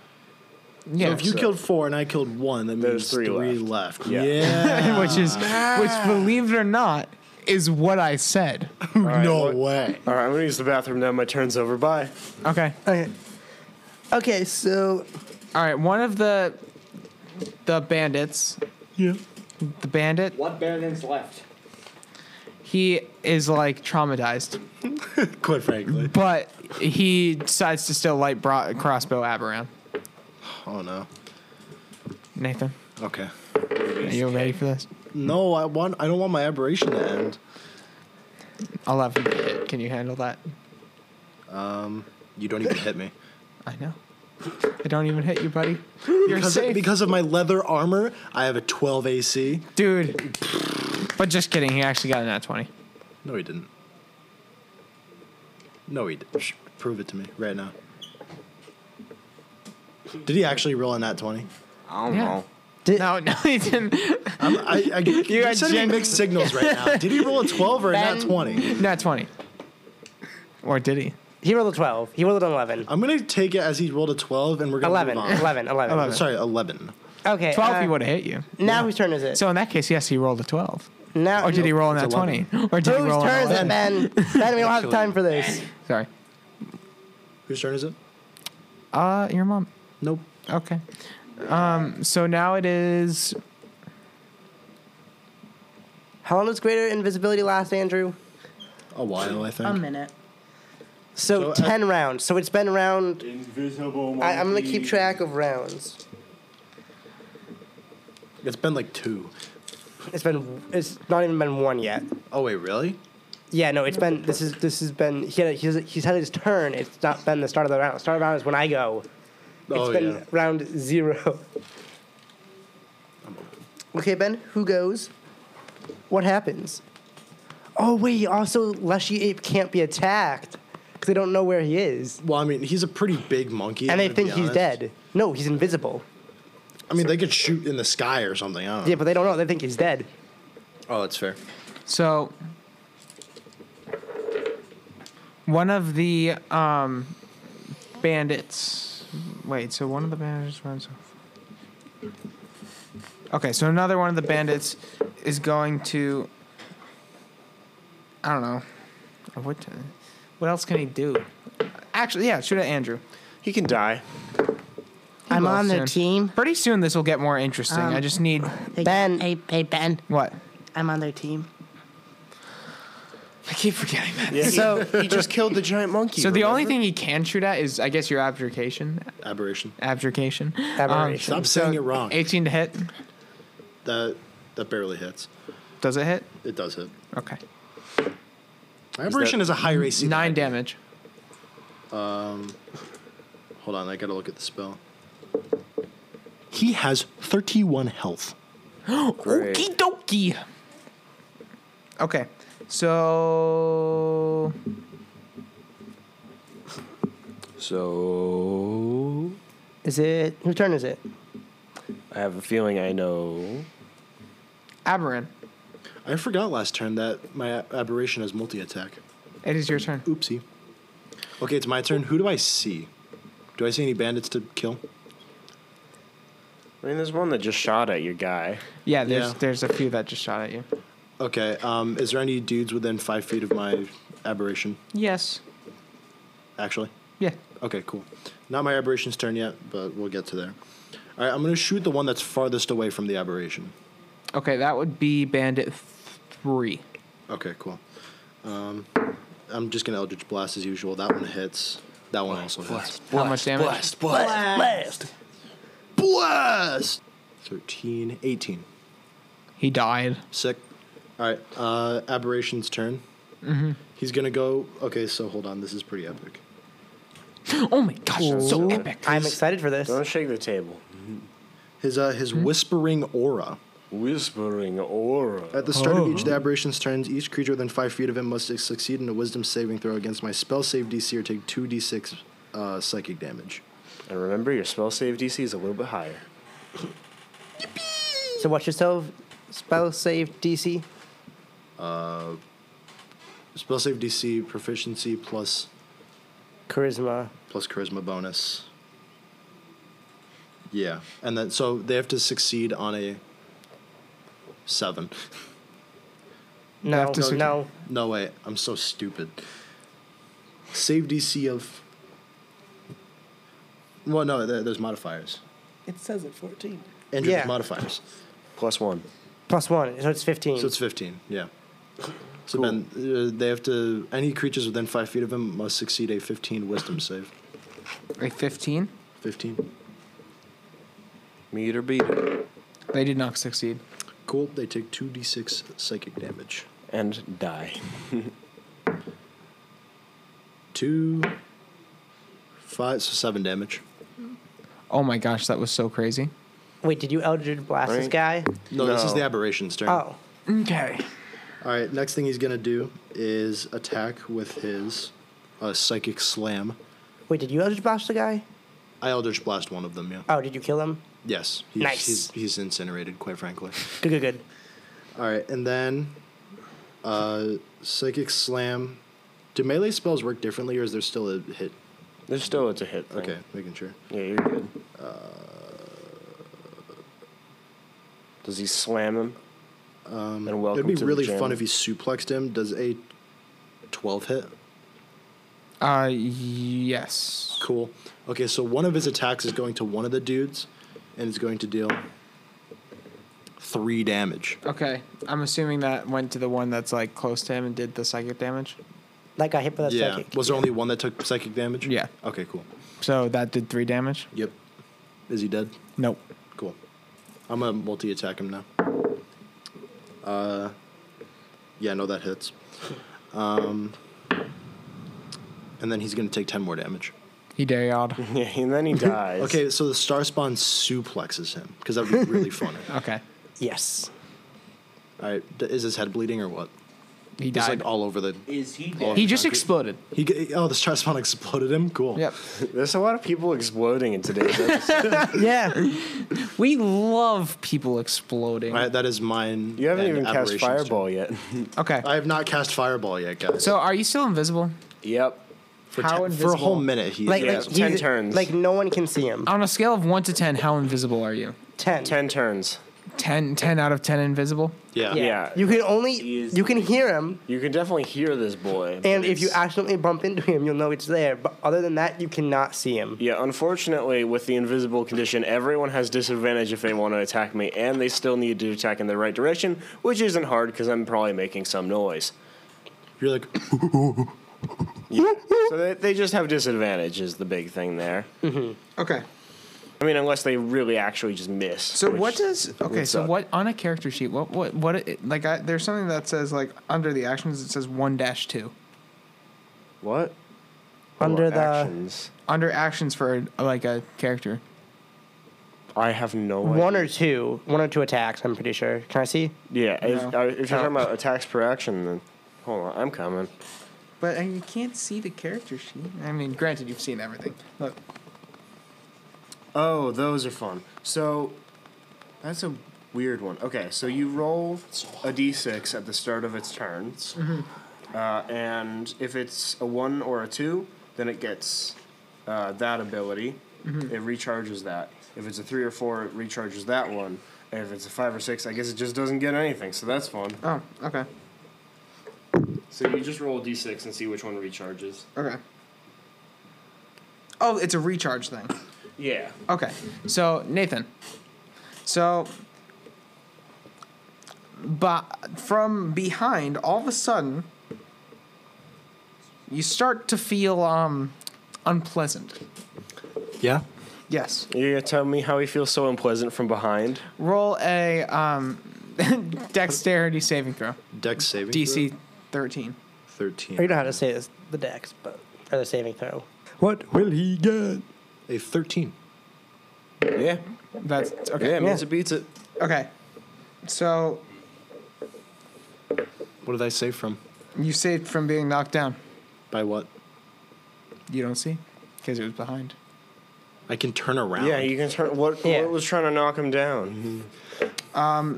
[SPEAKER 2] Yeah.
[SPEAKER 4] If you killed four and I killed one, that means
[SPEAKER 1] There's
[SPEAKER 4] three,
[SPEAKER 1] three
[SPEAKER 4] left.
[SPEAKER 1] Yeah.
[SPEAKER 4] Yeah.
[SPEAKER 2] which is, which believe it or not, is what I said.
[SPEAKER 4] no
[SPEAKER 1] what-
[SPEAKER 4] way.
[SPEAKER 1] All right, I'm gonna use the bathroom now. My turn's over. Bye.
[SPEAKER 2] Okay.
[SPEAKER 5] Okay. Okay, so
[SPEAKER 2] All right. One of the, the bandits.
[SPEAKER 4] Yeah.
[SPEAKER 2] The bandit.
[SPEAKER 6] What bandits left?
[SPEAKER 2] He is like traumatized,
[SPEAKER 4] Quite frankly.
[SPEAKER 2] but he decides to still light bro- crossbow ab around.
[SPEAKER 4] Oh no.
[SPEAKER 2] Nathan,
[SPEAKER 4] Okay.
[SPEAKER 2] are you ready for this?
[SPEAKER 4] No, I want. I don't want my aberration to end.
[SPEAKER 2] Eleven. Can you handle that?
[SPEAKER 4] You don't even hit me.
[SPEAKER 2] I know. I don't even hit you, buddy. You're
[SPEAKER 4] Because,
[SPEAKER 2] safe,
[SPEAKER 4] because of my leather armor, I have a 12 AC.
[SPEAKER 2] dude. But just kidding. He actually got an at twenty.
[SPEAKER 4] No, he didn't. No, he didn't. Shh, Prove it to me right now. Did he actually roll in that 20?
[SPEAKER 6] I don't
[SPEAKER 2] Yeah.
[SPEAKER 6] know.
[SPEAKER 2] No, no, he didn't.
[SPEAKER 4] I'm, I, I, you
[SPEAKER 2] are
[SPEAKER 4] are sending
[SPEAKER 2] gen-
[SPEAKER 4] mixed signals right now. Did he roll a 12 or a nat
[SPEAKER 3] Ben.
[SPEAKER 4] 20?
[SPEAKER 2] Not twenty. Or did he?
[SPEAKER 3] He rolled a 12. He rolled an 11.
[SPEAKER 4] I'm going to take it as he rolled a 12 and we're going to
[SPEAKER 3] 11,
[SPEAKER 4] move on.
[SPEAKER 3] 11, 11.
[SPEAKER 4] I'm Sorry, 11.
[SPEAKER 3] Okay.
[SPEAKER 2] Twelve.
[SPEAKER 3] uh,
[SPEAKER 2] he would have hit you.
[SPEAKER 3] Now whose turn is it?
[SPEAKER 2] So in that case, yes, he rolled a twelve.
[SPEAKER 3] now,
[SPEAKER 2] Or did he roll in that
[SPEAKER 4] it's
[SPEAKER 2] twenty?
[SPEAKER 4] 11.
[SPEAKER 2] Or did he
[SPEAKER 3] Whose
[SPEAKER 2] roll?
[SPEAKER 3] turn
[SPEAKER 2] An
[SPEAKER 3] is it,
[SPEAKER 2] 11?
[SPEAKER 3] Ben? Ben, we don't have time for this.
[SPEAKER 2] Sorry.
[SPEAKER 4] Whose turn is it?
[SPEAKER 2] Uh, your mom.
[SPEAKER 4] Nope.
[SPEAKER 2] Okay. Um. So now it is.
[SPEAKER 3] How long does greater invisibility last, Andrew?
[SPEAKER 4] A while, I think.
[SPEAKER 3] Um,
[SPEAKER 5] a minute.
[SPEAKER 3] So,
[SPEAKER 4] So, uh,
[SPEAKER 3] 10 rounds. So it's been round.
[SPEAKER 6] Invisible.
[SPEAKER 3] I, I'm going to
[SPEAKER 6] monkey.
[SPEAKER 3] keep track of rounds.
[SPEAKER 4] it's been like two.
[SPEAKER 3] It's been. It's not even been one yet.
[SPEAKER 4] Oh, wait, really?
[SPEAKER 3] Yeah, no, it's been. This is. This has been. He had. He's, he's had his turn. It's not been the start of the round. Start of the round is when I go. It's
[SPEAKER 4] oh,
[SPEAKER 3] been
[SPEAKER 4] yeah.
[SPEAKER 3] round zero. Okay, Ben, who goes? What happens? Oh, wait, also, Leshy Ape can't be attacked because they don't know where he is.
[SPEAKER 4] Well, I mean, he's a pretty big monkey.
[SPEAKER 3] and
[SPEAKER 4] I'm
[SPEAKER 3] they
[SPEAKER 4] gonna be
[SPEAKER 3] think he's
[SPEAKER 4] honest.
[SPEAKER 3] dead. No, he's invisible.
[SPEAKER 4] I mean, they could shoot in the sky or something. I don't know.
[SPEAKER 3] Yeah, but they don't know. They think he's dead.
[SPEAKER 4] Oh, that's fair.
[SPEAKER 2] So. One of the um, bandits. Wait, so one of the bandits runs off. Okay, so another one of the bandits is going to. I don't know. What, what else can he do? Actually, yeah, shoot at Andrew.
[SPEAKER 1] He can die.
[SPEAKER 5] I'm
[SPEAKER 2] will
[SPEAKER 5] on their
[SPEAKER 2] soon.
[SPEAKER 5] team.
[SPEAKER 2] Pretty soon this will get more interesting. I just need.
[SPEAKER 5] Hey,
[SPEAKER 3] Ben.
[SPEAKER 5] Hey, hey, Ben.
[SPEAKER 2] What?
[SPEAKER 5] I'm on their team.
[SPEAKER 2] I keep forgetting that.
[SPEAKER 1] Yeah, so he, just killed the giant monkey.
[SPEAKER 2] So the only thing
[SPEAKER 1] remember?
[SPEAKER 2] he can shoot at is, I guess, your abjuration.
[SPEAKER 4] Aberration.
[SPEAKER 2] Abjuration.
[SPEAKER 3] Aberration.
[SPEAKER 4] Stop saying it wrong.
[SPEAKER 2] 18 to hit.
[SPEAKER 4] That that barely hits.
[SPEAKER 2] Does it hit?
[SPEAKER 4] It does hit.
[SPEAKER 2] Okay.
[SPEAKER 4] Aberration is, a higher AC. than
[SPEAKER 2] Nine
[SPEAKER 4] I do.
[SPEAKER 2] damage.
[SPEAKER 4] Hold on, I gotta look at the spell. He has 31 health.
[SPEAKER 1] Great.
[SPEAKER 2] Okie dokie. Okay. So.
[SPEAKER 1] So
[SPEAKER 3] Is it whose turn is it?
[SPEAKER 1] I have a feeling I know.
[SPEAKER 2] Aberin,
[SPEAKER 4] I forgot last turn that my a- aberration has multi attack.
[SPEAKER 2] it is your turn.
[SPEAKER 4] Oopsie. Okay, it's my turn. Who do I see? Do I see any bandits to kill?
[SPEAKER 1] I mean, there's one that just shot at your guy.
[SPEAKER 2] Yeah, there's
[SPEAKER 4] Yeah.
[SPEAKER 2] there's a few that just shot at you.
[SPEAKER 4] Okay, um, is there any dudes within five feet of my aberration,
[SPEAKER 2] Yes.
[SPEAKER 4] actually?
[SPEAKER 2] Yeah.
[SPEAKER 4] Okay, cool. Not my aberration's turn yet, but we'll get to there. All right, I'm going to shoot the one that's farthest away from the aberration.
[SPEAKER 2] Okay, that would be Bandit 3.
[SPEAKER 4] Okay, cool. Um, I'm just going to Eldritch Blast as usual. That one hits. That one also hits.
[SPEAKER 2] How much damage?
[SPEAKER 4] Blast! 13, 18.
[SPEAKER 2] He died.
[SPEAKER 4] Sick. All right, uh, aberration's turn. Mm-hmm. He's going to go. Okay, so hold on. This is pretty epic.
[SPEAKER 2] Oh my gosh, that's so epic.
[SPEAKER 3] I'm excited for this.
[SPEAKER 1] Don't shake the table.
[SPEAKER 4] His, uh, his Whispering Aura.
[SPEAKER 1] Whispering aura.
[SPEAKER 4] At the start of each of the aberration's turns, each creature within five feet of him must succeed in a wisdom saving throw against my spell save DC or take 2d6 uh, psychic damage.
[SPEAKER 1] And remember, your spell save DC is a little bit higher.
[SPEAKER 3] So watch yourself. Spell save DC.
[SPEAKER 4] Spell save DC proficiency plus
[SPEAKER 3] Charisma.
[SPEAKER 4] plus charisma bonus. Yeah, and then so they have to succeed on a seven.
[SPEAKER 3] No,
[SPEAKER 2] have to succeed.
[SPEAKER 3] no.
[SPEAKER 4] No way, I'm so stupid. Save DC of. Well, no, there, there's modifiers.
[SPEAKER 5] It says it 14.
[SPEAKER 4] And
[SPEAKER 3] Yeah.
[SPEAKER 4] there's modifiers.
[SPEAKER 1] Plus one.
[SPEAKER 3] Plus one, so it's 15.
[SPEAKER 4] So it's 15, yeah. So Ben, uh, they have to. Any creatures within five feet of him must succeed a 15 Wisdom save.
[SPEAKER 2] Like 15?
[SPEAKER 4] 15.
[SPEAKER 1] Meet or beat it.
[SPEAKER 2] They did not succeed.
[SPEAKER 4] Cool. They take 2d6 psychic damage.
[SPEAKER 1] And die.
[SPEAKER 4] Two, five, so seven damage.
[SPEAKER 2] Oh my gosh, that was so crazy.
[SPEAKER 3] Wait, did you Eldritch Blast this
[SPEAKER 1] Right.
[SPEAKER 3] guy?
[SPEAKER 4] No, this is
[SPEAKER 1] No.
[SPEAKER 4] the aberration's turn.
[SPEAKER 3] Oh.
[SPEAKER 2] Okay.
[SPEAKER 4] All right. Next thing he's gonna do is attack with his uh, psychic slam.
[SPEAKER 3] Wait, did you Eldritch Blast the guy?
[SPEAKER 4] I eldritch blast one of them. Yeah.
[SPEAKER 3] Oh, did you kill him?
[SPEAKER 4] Yes. He's,
[SPEAKER 3] Nice.
[SPEAKER 4] He's, he's incinerated. Quite frankly.
[SPEAKER 3] Good, good, good.
[SPEAKER 4] All right, and then uh, psychic slam. Do melee spells work differently, or is there still a hit?
[SPEAKER 1] There's still it's a hit. thing.
[SPEAKER 4] Okay, making sure.
[SPEAKER 1] Yeah, you're good. Uh, Does he slam him? Um, and welcome
[SPEAKER 4] It'd be
[SPEAKER 1] to the
[SPEAKER 4] really
[SPEAKER 1] gym.
[SPEAKER 4] fun if he suplexed him. Does a twelve hit?
[SPEAKER 2] Uh, yes.
[SPEAKER 4] Cool. Okay, so one of his attacks is going to one of the dudes, and it's going to deal three damage.
[SPEAKER 2] Okay, I'm assuming that went to the one that's like close to him and did the psychic damage.
[SPEAKER 3] That got hit by that
[SPEAKER 4] yeah.
[SPEAKER 3] psychic.
[SPEAKER 4] Was there only one that took psychic damage?
[SPEAKER 2] Yeah.
[SPEAKER 4] Okay. Cool.
[SPEAKER 2] So that did three damage?
[SPEAKER 4] Yep. Is he dead?
[SPEAKER 2] Nope.
[SPEAKER 4] Cool. I'm gonna multi attack him now. Uh, yeah, no, that hits. Um, and then he's gonna take ten more damage.
[SPEAKER 2] He dayod.
[SPEAKER 1] Yeah, and then he dies.
[SPEAKER 4] Okay, so the star spawn suplexes him because that'd be really funny.
[SPEAKER 2] Okay.
[SPEAKER 3] Yes.
[SPEAKER 4] All right, d- is his head bleeding or what?
[SPEAKER 2] He
[SPEAKER 4] He's
[SPEAKER 2] died.
[SPEAKER 4] like all over the.
[SPEAKER 6] Is he
[SPEAKER 4] all
[SPEAKER 6] dead?
[SPEAKER 4] over
[SPEAKER 2] he
[SPEAKER 4] the
[SPEAKER 2] just
[SPEAKER 4] concrete.
[SPEAKER 2] exploded.
[SPEAKER 4] He g- oh, the star spawn exploded him. Cool.
[SPEAKER 2] Yep.
[SPEAKER 1] There's a lot of people exploding in today's episode.
[SPEAKER 3] Yeah.
[SPEAKER 2] We love people exploding.
[SPEAKER 4] All right, that is mine.
[SPEAKER 1] You haven't
[SPEAKER 4] and
[SPEAKER 1] even cast
[SPEAKER 4] aberration's turn.
[SPEAKER 1] Fireball yet.
[SPEAKER 2] Okay.
[SPEAKER 4] I have not cast fireball yet, guys.
[SPEAKER 2] So are you still invisible?
[SPEAKER 1] yep.
[SPEAKER 4] For,
[SPEAKER 2] How
[SPEAKER 4] ten, for a
[SPEAKER 2] invisible?
[SPEAKER 4] whole minute, he
[SPEAKER 3] Like,
[SPEAKER 4] is.
[SPEAKER 1] Yeah,
[SPEAKER 3] like
[SPEAKER 1] so
[SPEAKER 3] he-
[SPEAKER 1] 10 turns.
[SPEAKER 3] Like no one can see him.
[SPEAKER 2] On a scale of one to ten, how invisible are you?
[SPEAKER 3] Ten.
[SPEAKER 1] 10 turns.
[SPEAKER 2] 10, 10 out of ten invisible.
[SPEAKER 4] yeah.
[SPEAKER 1] Yeah.
[SPEAKER 3] You can only
[SPEAKER 6] He is-
[SPEAKER 3] you can hear him,
[SPEAKER 1] You can definitely hear this boy. but
[SPEAKER 3] and if you
[SPEAKER 1] it's-
[SPEAKER 3] accidentally bump into him, you'll know it's there. But other than that, you cannot see him.
[SPEAKER 1] Yeah, unfortunately, with the invisible condition, everyone has disadvantage if they want to attack me, and they still need to attack in the right direction, which isn't hard because I'm probably making some noise.
[SPEAKER 4] You're like,
[SPEAKER 1] So they, they just have disadvantage is the big thing there.
[SPEAKER 9] Okay.
[SPEAKER 1] I mean, unless they really actually just miss.
[SPEAKER 9] So
[SPEAKER 1] which-
[SPEAKER 9] what does okay?
[SPEAKER 1] would
[SPEAKER 9] So
[SPEAKER 1] suck.
[SPEAKER 9] what?
[SPEAKER 2] What on a character sheet? What what what? It, like I, there's something that says like under the actions it says one dash two
[SPEAKER 1] What?
[SPEAKER 3] Under
[SPEAKER 1] Oh,
[SPEAKER 3] the-
[SPEAKER 1] actions.
[SPEAKER 2] under actions for like a character.
[SPEAKER 1] I have no idea.
[SPEAKER 3] One or two, one or two attacks. I'm pretty sure. Can I see?
[SPEAKER 1] Yeah, if,
[SPEAKER 2] No.
[SPEAKER 1] uh, if you're talking about attacks per action, then hold on, I'm coming.
[SPEAKER 2] But uh, you can't see the character sheet. I mean, granted, you've seen everything. Look,
[SPEAKER 1] Oh, those are fun. So that's a weird one. Okay, so you roll a d6 at the start of its turn, uh, and if it's a one or a two, then it gets uh, that ability. It recharges that. If it's a three or four, it recharges that one. And if it's a five or six, I guess it just doesn't get anything. So that's fun.
[SPEAKER 2] oh okay
[SPEAKER 1] So you just roll a d6 and see which one recharges.
[SPEAKER 2] okay. Oh, it's a recharge thing.
[SPEAKER 1] Yeah.
[SPEAKER 2] Okay. So Nathan. So but from behind, all of a sudden, you start to feel um unpleasant.
[SPEAKER 4] yeah.
[SPEAKER 2] Yes.
[SPEAKER 1] You're gonna tell me how he feels so unpleasant from behind.
[SPEAKER 2] Roll a um dexterity saving throw.
[SPEAKER 4] Dex saving.
[SPEAKER 2] DC
[SPEAKER 4] throw?
[SPEAKER 2] thirteen.
[SPEAKER 3] I don't
[SPEAKER 4] 13.
[SPEAKER 3] know how to say this, the dex, but or the saving throw.
[SPEAKER 4] What will he get? A 13.
[SPEAKER 1] Yeah.
[SPEAKER 2] That's okay.
[SPEAKER 1] it beats it.
[SPEAKER 2] Okay. So
[SPEAKER 4] What did I save from?
[SPEAKER 2] you saved from being knocked down.
[SPEAKER 4] By what?
[SPEAKER 2] You don't see? Because it was behind.
[SPEAKER 4] I can turn around.
[SPEAKER 1] Yeah, you can turn. What,
[SPEAKER 3] Yeah.
[SPEAKER 1] what was trying to knock him down?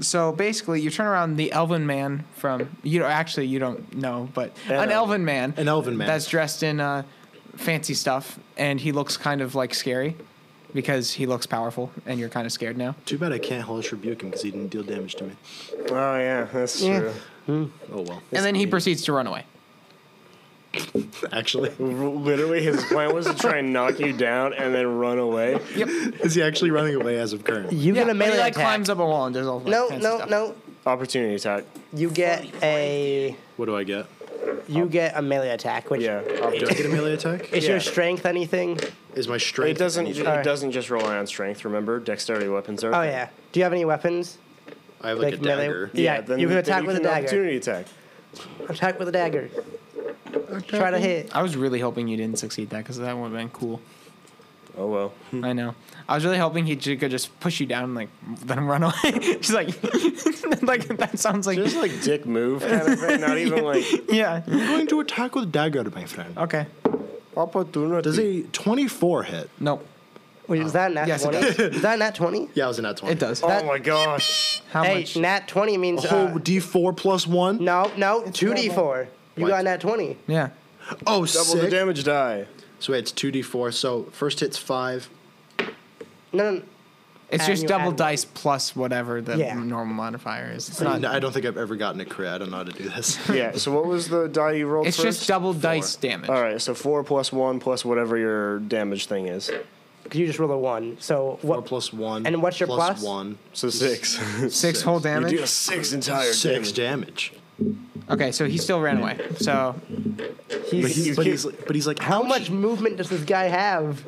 [SPEAKER 2] So basically, you turn around the elven man from you know actually you don't know, but an
[SPEAKER 1] elven.
[SPEAKER 2] elven man,
[SPEAKER 4] An elven man.
[SPEAKER 2] that's dressed in uh, fancy stuff, and he looks kind of like scary because he looks powerful, and you're kind of scared now.
[SPEAKER 4] Too bad I can't hellish rebuke him because he didn't deal damage to me.
[SPEAKER 1] Oh yeah, that's true.
[SPEAKER 4] Oh well.
[SPEAKER 2] and then he proceeds to run away.
[SPEAKER 4] Actually,
[SPEAKER 1] Literally, his plan was to try and knock you down and then run away.
[SPEAKER 4] is he actually running away as of current?
[SPEAKER 3] You
[SPEAKER 2] yeah,
[SPEAKER 3] get a
[SPEAKER 2] but
[SPEAKER 3] melee
[SPEAKER 2] he like
[SPEAKER 3] attack.
[SPEAKER 2] climbs up a wall and does all like,
[SPEAKER 3] no,
[SPEAKER 2] fancy
[SPEAKER 3] no,
[SPEAKER 2] stuff.
[SPEAKER 3] no.
[SPEAKER 1] Opportunity attack.
[SPEAKER 3] You get a
[SPEAKER 4] What do I get?
[SPEAKER 3] you get a melee attack, which
[SPEAKER 1] Yeah.
[SPEAKER 4] Do I
[SPEAKER 1] opportunity-
[SPEAKER 4] get a melee attack?
[SPEAKER 3] is
[SPEAKER 1] Yeah.
[SPEAKER 3] your strength anything?
[SPEAKER 4] Is my
[SPEAKER 1] It
[SPEAKER 4] strength?
[SPEAKER 1] doesn't. It
[SPEAKER 3] Alright.
[SPEAKER 1] doesn't just rely on strength. Remember, dexterity weapons are.
[SPEAKER 3] Oh yeah. Do you have any weapons?
[SPEAKER 4] I have like,
[SPEAKER 3] like
[SPEAKER 4] a
[SPEAKER 3] melee-
[SPEAKER 4] dagger.
[SPEAKER 1] Yeah.
[SPEAKER 3] Yeah,
[SPEAKER 1] then
[SPEAKER 3] you can attack
[SPEAKER 1] then
[SPEAKER 3] with a
[SPEAKER 1] can
[SPEAKER 3] dagger.
[SPEAKER 1] Opportunity attack.
[SPEAKER 3] Attack with a dagger. Try to hit.
[SPEAKER 2] I was really hoping you didn't succeed that because that would have been cool.
[SPEAKER 1] Oh well.
[SPEAKER 3] Hmm.
[SPEAKER 2] I know. I was really hoping he ju- could just push you down and like then run away. She's like, like that sounds like
[SPEAKER 1] Just like dick move kind of thing. Not even like
[SPEAKER 2] yeah.
[SPEAKER 4] I'm going to attack with a dagger, my friend.
[SPEAKER 2] Okay.
[SPEAKER 1] opportunity.
[SPEAKER 4] Does a 24 hit?
[SPEAKER 2] Nope.
[SPEAKER 3] Wait, is that a nat
[SPEAKER 2] Yes, it
[SPEAKER 3] twenty? Is that a nat twenty?
[SPEAKER 4] Yeah, I was in that 20.
[SPEAKER 2] It does.
[SPEAKER 1] Oh
[SPEAKER 3] that-
[SPEAKER 1] my gosh.
[SPEAKER 2] How
[SPEAKER 3] Hey,
[SPEAKER 2] much?
[SPEAKER 3] nat twenty means
[SPEAKER 4] A
[SPEAKER 3] uh,
[SPEAKER 4] whole D4 plus one.
[SPEAKER 3] no, no, two d four. You
[SPEAKER 4] What?
[SPEAKER 3] got a nat twenty.
[SPEAKER 2] yeah.
[SPEAKER 4] Oh,
[SPEAKER 1] Double the
[SPEAKER 4] sick.
[SPEAKER 1] damage die.
[SPEAKER 4] so wait, it's two D4. So first hit's five.
[SPEAKER 3] No, no,
[SPEAKER 2] It's
[SPEAKER 3] And
[SPEAKER 2] just
[SPEAKER 3] you
[SPEAKER 2] double
[SPEAKER 3] add one.
[SPEAKER 2] dice plus whatever the
[SPEAKER 3] Yeah.
[SPEAKER 2] normal modifier is. It's
[SPEAKER 4] I,
[SPEAKER 2] not.
[SPEAKER 4] mean, I don't think I've ever gotten it crit. I don't know how to do this.
[SPEAKER 1] Yeah. So what was the die you rolled
[SPEAKER 2] It's
[SPEAKER 1] first?
[SPEAKER 2] just double dice damage.
[SPEAKER 1] All right. So four plus one plus whatever your damage thing is.
[SPEAKER 3] because you just rolled a one. So
[SPEAKER 4] Four
[SPEAKER 3] what?
[SPEAKER 4] plus one.
[SPEAKER 3] And what's your
[SPEAKER 4] plus?
[SPEAKER 3] plus?
[SPEAKER 4] one.
[SPEAKER 1] So six.
[SPEAKER 2] Six whole damage.
[SPEAKER 1] You do six entire
[SPEAKER 4] Six
[SPEAKER 1] damage.
[SPEAKER 4] damage.
[SPEAKER 2] Okay, so he still ran away. So
[SPEAKER 4] But he's, but he's, like- but he's like,
[SPEAKER 3] How much movement does this guy have?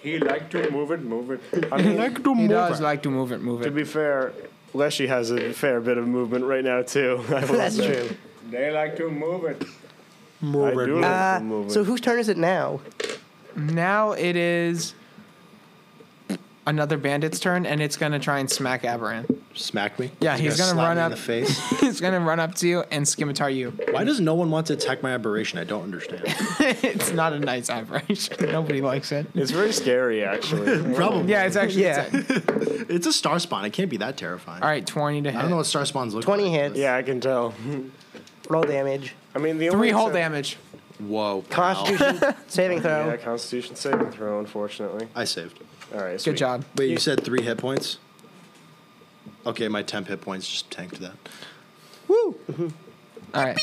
[SPEAKER 6] He liked to move it, move it.
[SPEAKER 1] I mean,
[SPEAKER 2] he does like to move it, move
[SPEAKER 1] to
[SPEAKER 2] it.
[SPEAKER 1] be fair, Leshy has a fair bit of movement right now too. I will
[SPEAKER 3] That's
[SPEAKER 1] say.
[SPEAKER 3] true.
[SPEAKER 6] They like to move it.
[SPEAKER 1] I do
[SPEAKER 4] Morbid.
[SPEAKER 1] like
[SPEAKER 3] Uh,
[SPEAKER 1] the movement.
[SPEAKER 3] so whose turn is it now?
[SPEAKER 2] Now it is another bandit's turn, and it's gonna try and smack Aberan.
[SPEAKER 4] Smack me.
[SPEAKER 2] Yeah, he's gonna
[SPEAKER 4] slap
[SPEAKER 2] run
[SPEAKER 4] me
[SPEAKER 2] up.
[SPEAKER 4] in the face.
[SPEAKER 2] it's gonna run up to you and scimitar you.
[SPEAKER 4] Why does no one want to attack my aberration? I don't understand.
[SPEAKER 2] it's not a nice operation. Nobody likes it.
[SPEAKER 1] it's very scary, actually.
[SPEAKER 4] Probably.
[SPEAKER 2] Yeah, it's actually yeah.
[SPEAKER 4] It's a star spawn. It can't be that terrifying.
[SPEAKER 2] All right, twenty to hit.
[SPEAKER 4] I don't know what star spawns look
[SPEAKER 3] 20
[SPEAKER 4] like.
[SPEAKER 3] hits.
[SPEAKER 1] yeah, I can tell.
[SPEAKER 3] Roll damage.
[SPEAKER 1] I mean, the
[SPEAKER 2] Three
[SPEAKER 1] only
[SPEAKER 2] whole
[SPEAKER 1] except-
[SPEAKER 2] damage.
[SPEAKER 9] Whoa.
[SPEAKER 3] Constitution saving throw.
[SPEAKER 1] Yeah, Constitution saving throw, unfortunately.
[SPEAKER 4] I saved.
[SPEAKER 1] All right.
[SPEAKER 2] Good
[SPEAKER 1] sweet.
[SPEAKER 2] job.
[SPEAKER 4] Wait, you said three hit points? Okay, my temp hit points just tanked that.
[SPEAKER 2] All right.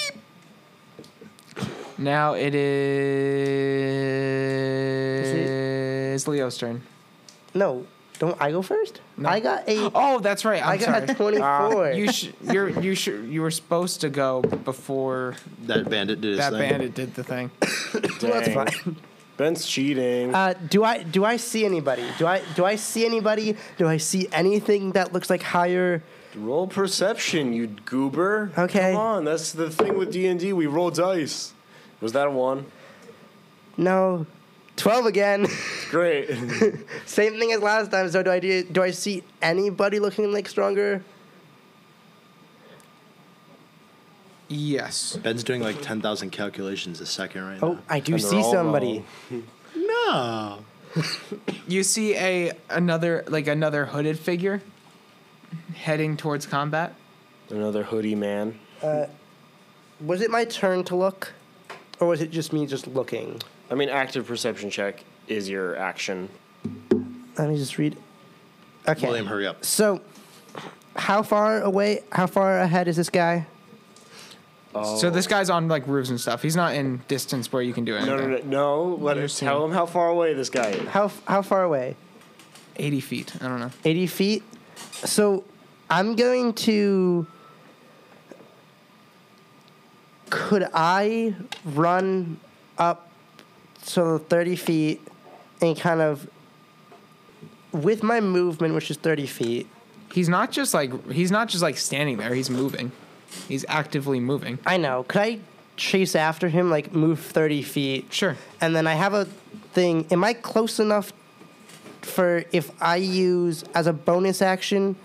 [SPEAKER 2] Now it is Leo's turn.
[SPEAKER 3] No, don't I go first? I got a.
[SPEAKER 2] Oh, that's right. I'm
[SPEAKER 3] I got
[SPEAKER 2] sorry. Uh,
[SPEAKER 3] twenty-four.
[SPEAKER 2] You sh- you're you sh- you were supposed to go before
[SPEAKER 4] That bandit did his
[SPEAKER 2] that
[SPEAKER 4] thing.
[SPEAKER 2] bandit did the thing.
[SPEAKER 1] Dang. Ben's cheating.
[SPEAKER 3] Uh, do I do I see anybody? Do I do I see anybody? Do I see anything that looks like higher?
[SPEAKER 1] roll perception, you goober.
[SPEAKER 3] Okay.
[SPEAKER 1] Come on, that's the thing with D and D. We roll dice. Was that a one?
[SPEAKER 3] No, twelve again.
[SPEAKER 1] Great.
[SPEAKER 3] Same thing as last time. So do I do, do I see anybody looking like stronger?
[SPEAKER 2] Yes.
[SPEAKER 4] Ben's doing like 10,000 calculations a second right
[SPEAKER 3] Oh, I do
[SPEAKER 1] And they're
[SPEAKER 3] see
[SPEAKER 1] all
[SPEAKER 3] somebody.
[SPEAKER 4] now. No.
[SPEAKER 2] You see a another like another hooded figure heading towards combat.
[SPEAKER 1] Another hoodie man.
[SPEAKER 3] Was it my turn to look, or was it just me just looking?
[SPEAKER 1] I mean, active perception check is your action.
[SPEAKER 3] Let me just read. Okay.
[SPEAKER 4] William, hurry up.
[SPEAKER 3] So, how far away? How far ahead is this guy?
[SPEAKER 2] So this guy's on like roofs and stuff. He's not in distance where you can do anything.
[SPEAKER 1] Oh. No, no, no, no. Let
[SPEAKER 2] You're
[SPEAKER 1] us
[SPEAKER 2] seeing-
[SPEAKER 1] tell him how far away this guy is.
[SPEAKER 3] How how far away?
[SPEAKER 2] 80 feet. I don't know.
[SPEAKER 3] 80 feet. So I'm going to. Could I run up to 30 feet and kind of. With my movement, which is 30 feet,
[SPEAKER 2] He's not just like he's not just like standing there. He's moving. He's actively moving.
[SPEAKER 3] I know. Could I chase after him, like move 30 feet?
[SPEAKER 2] Sure.
[SPEAKER 3] And then I have a thing. Am I close enough for if I use, as a bonus action,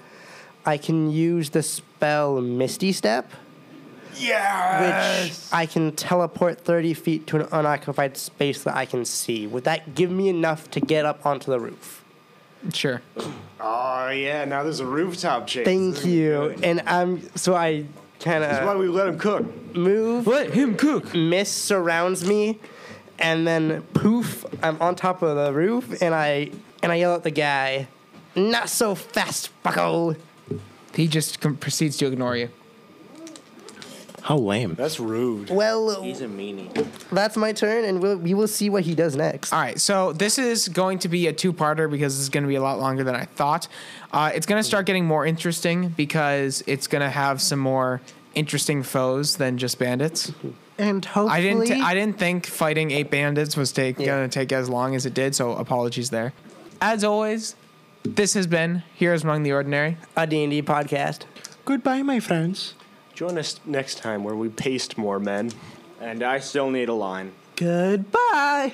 [SPEAKER 3] I can use the spell Misty Step? Yes! Which I can teleport 30 feet to an unoccupied space that I can see. Would that give me enough to get up onto the roof?
[SPEAKER 2] Sure.
[SPEAKER 1] Oh yeah, now there's a rooftop chase.
[SPEAKER 3] Thank you. And I'm, so I kind of
[SPEAKER 1] we let him cook.
[SPEAKER 3] move.
[SPEAKER 2] Let him cook.
[SPEAKER 3] mist surrounds me, and then poof, I'm on top of the roof, and I and I yell at the guy, "Not so fast, Bucko!"
[SPEAKER 2] He just com- proceeds to ignore you.
[SPEAKER 4] How lame.
[SPEAKER 1] That's rude.
[SPEAKER 3] Well,
[SPEAKER 6] He's a meanie.
[SPEAKER 3] that's my turn, and we'll, we will see what he does next.
[SPEAKER 2] All right, so this is going to be a two-parter because this is going to be a lot longer than I thought. Uh, it's going to start getting more interesting because it's going to have some more interesting foes than just bandits.
[SPEAKER 5] And hopefully,
[SPEAKER 2] I didn't. I didn't think fighting eight bandits was take,
[SPEAKER 3] Yeah.
[SPEAKER 2] gonna take as long as it did. So apologies there. As always, this has been Heroes Among the Ordinary.
[SPEAKER 3] A D and D podcast.
[SPEAKER 4] Goodbye, my friends.
[SPEAKER 1] Join us next time where we paste more men.
[SPEAKER 6] And I still need a line.
[SPEAKER 5] goodbye.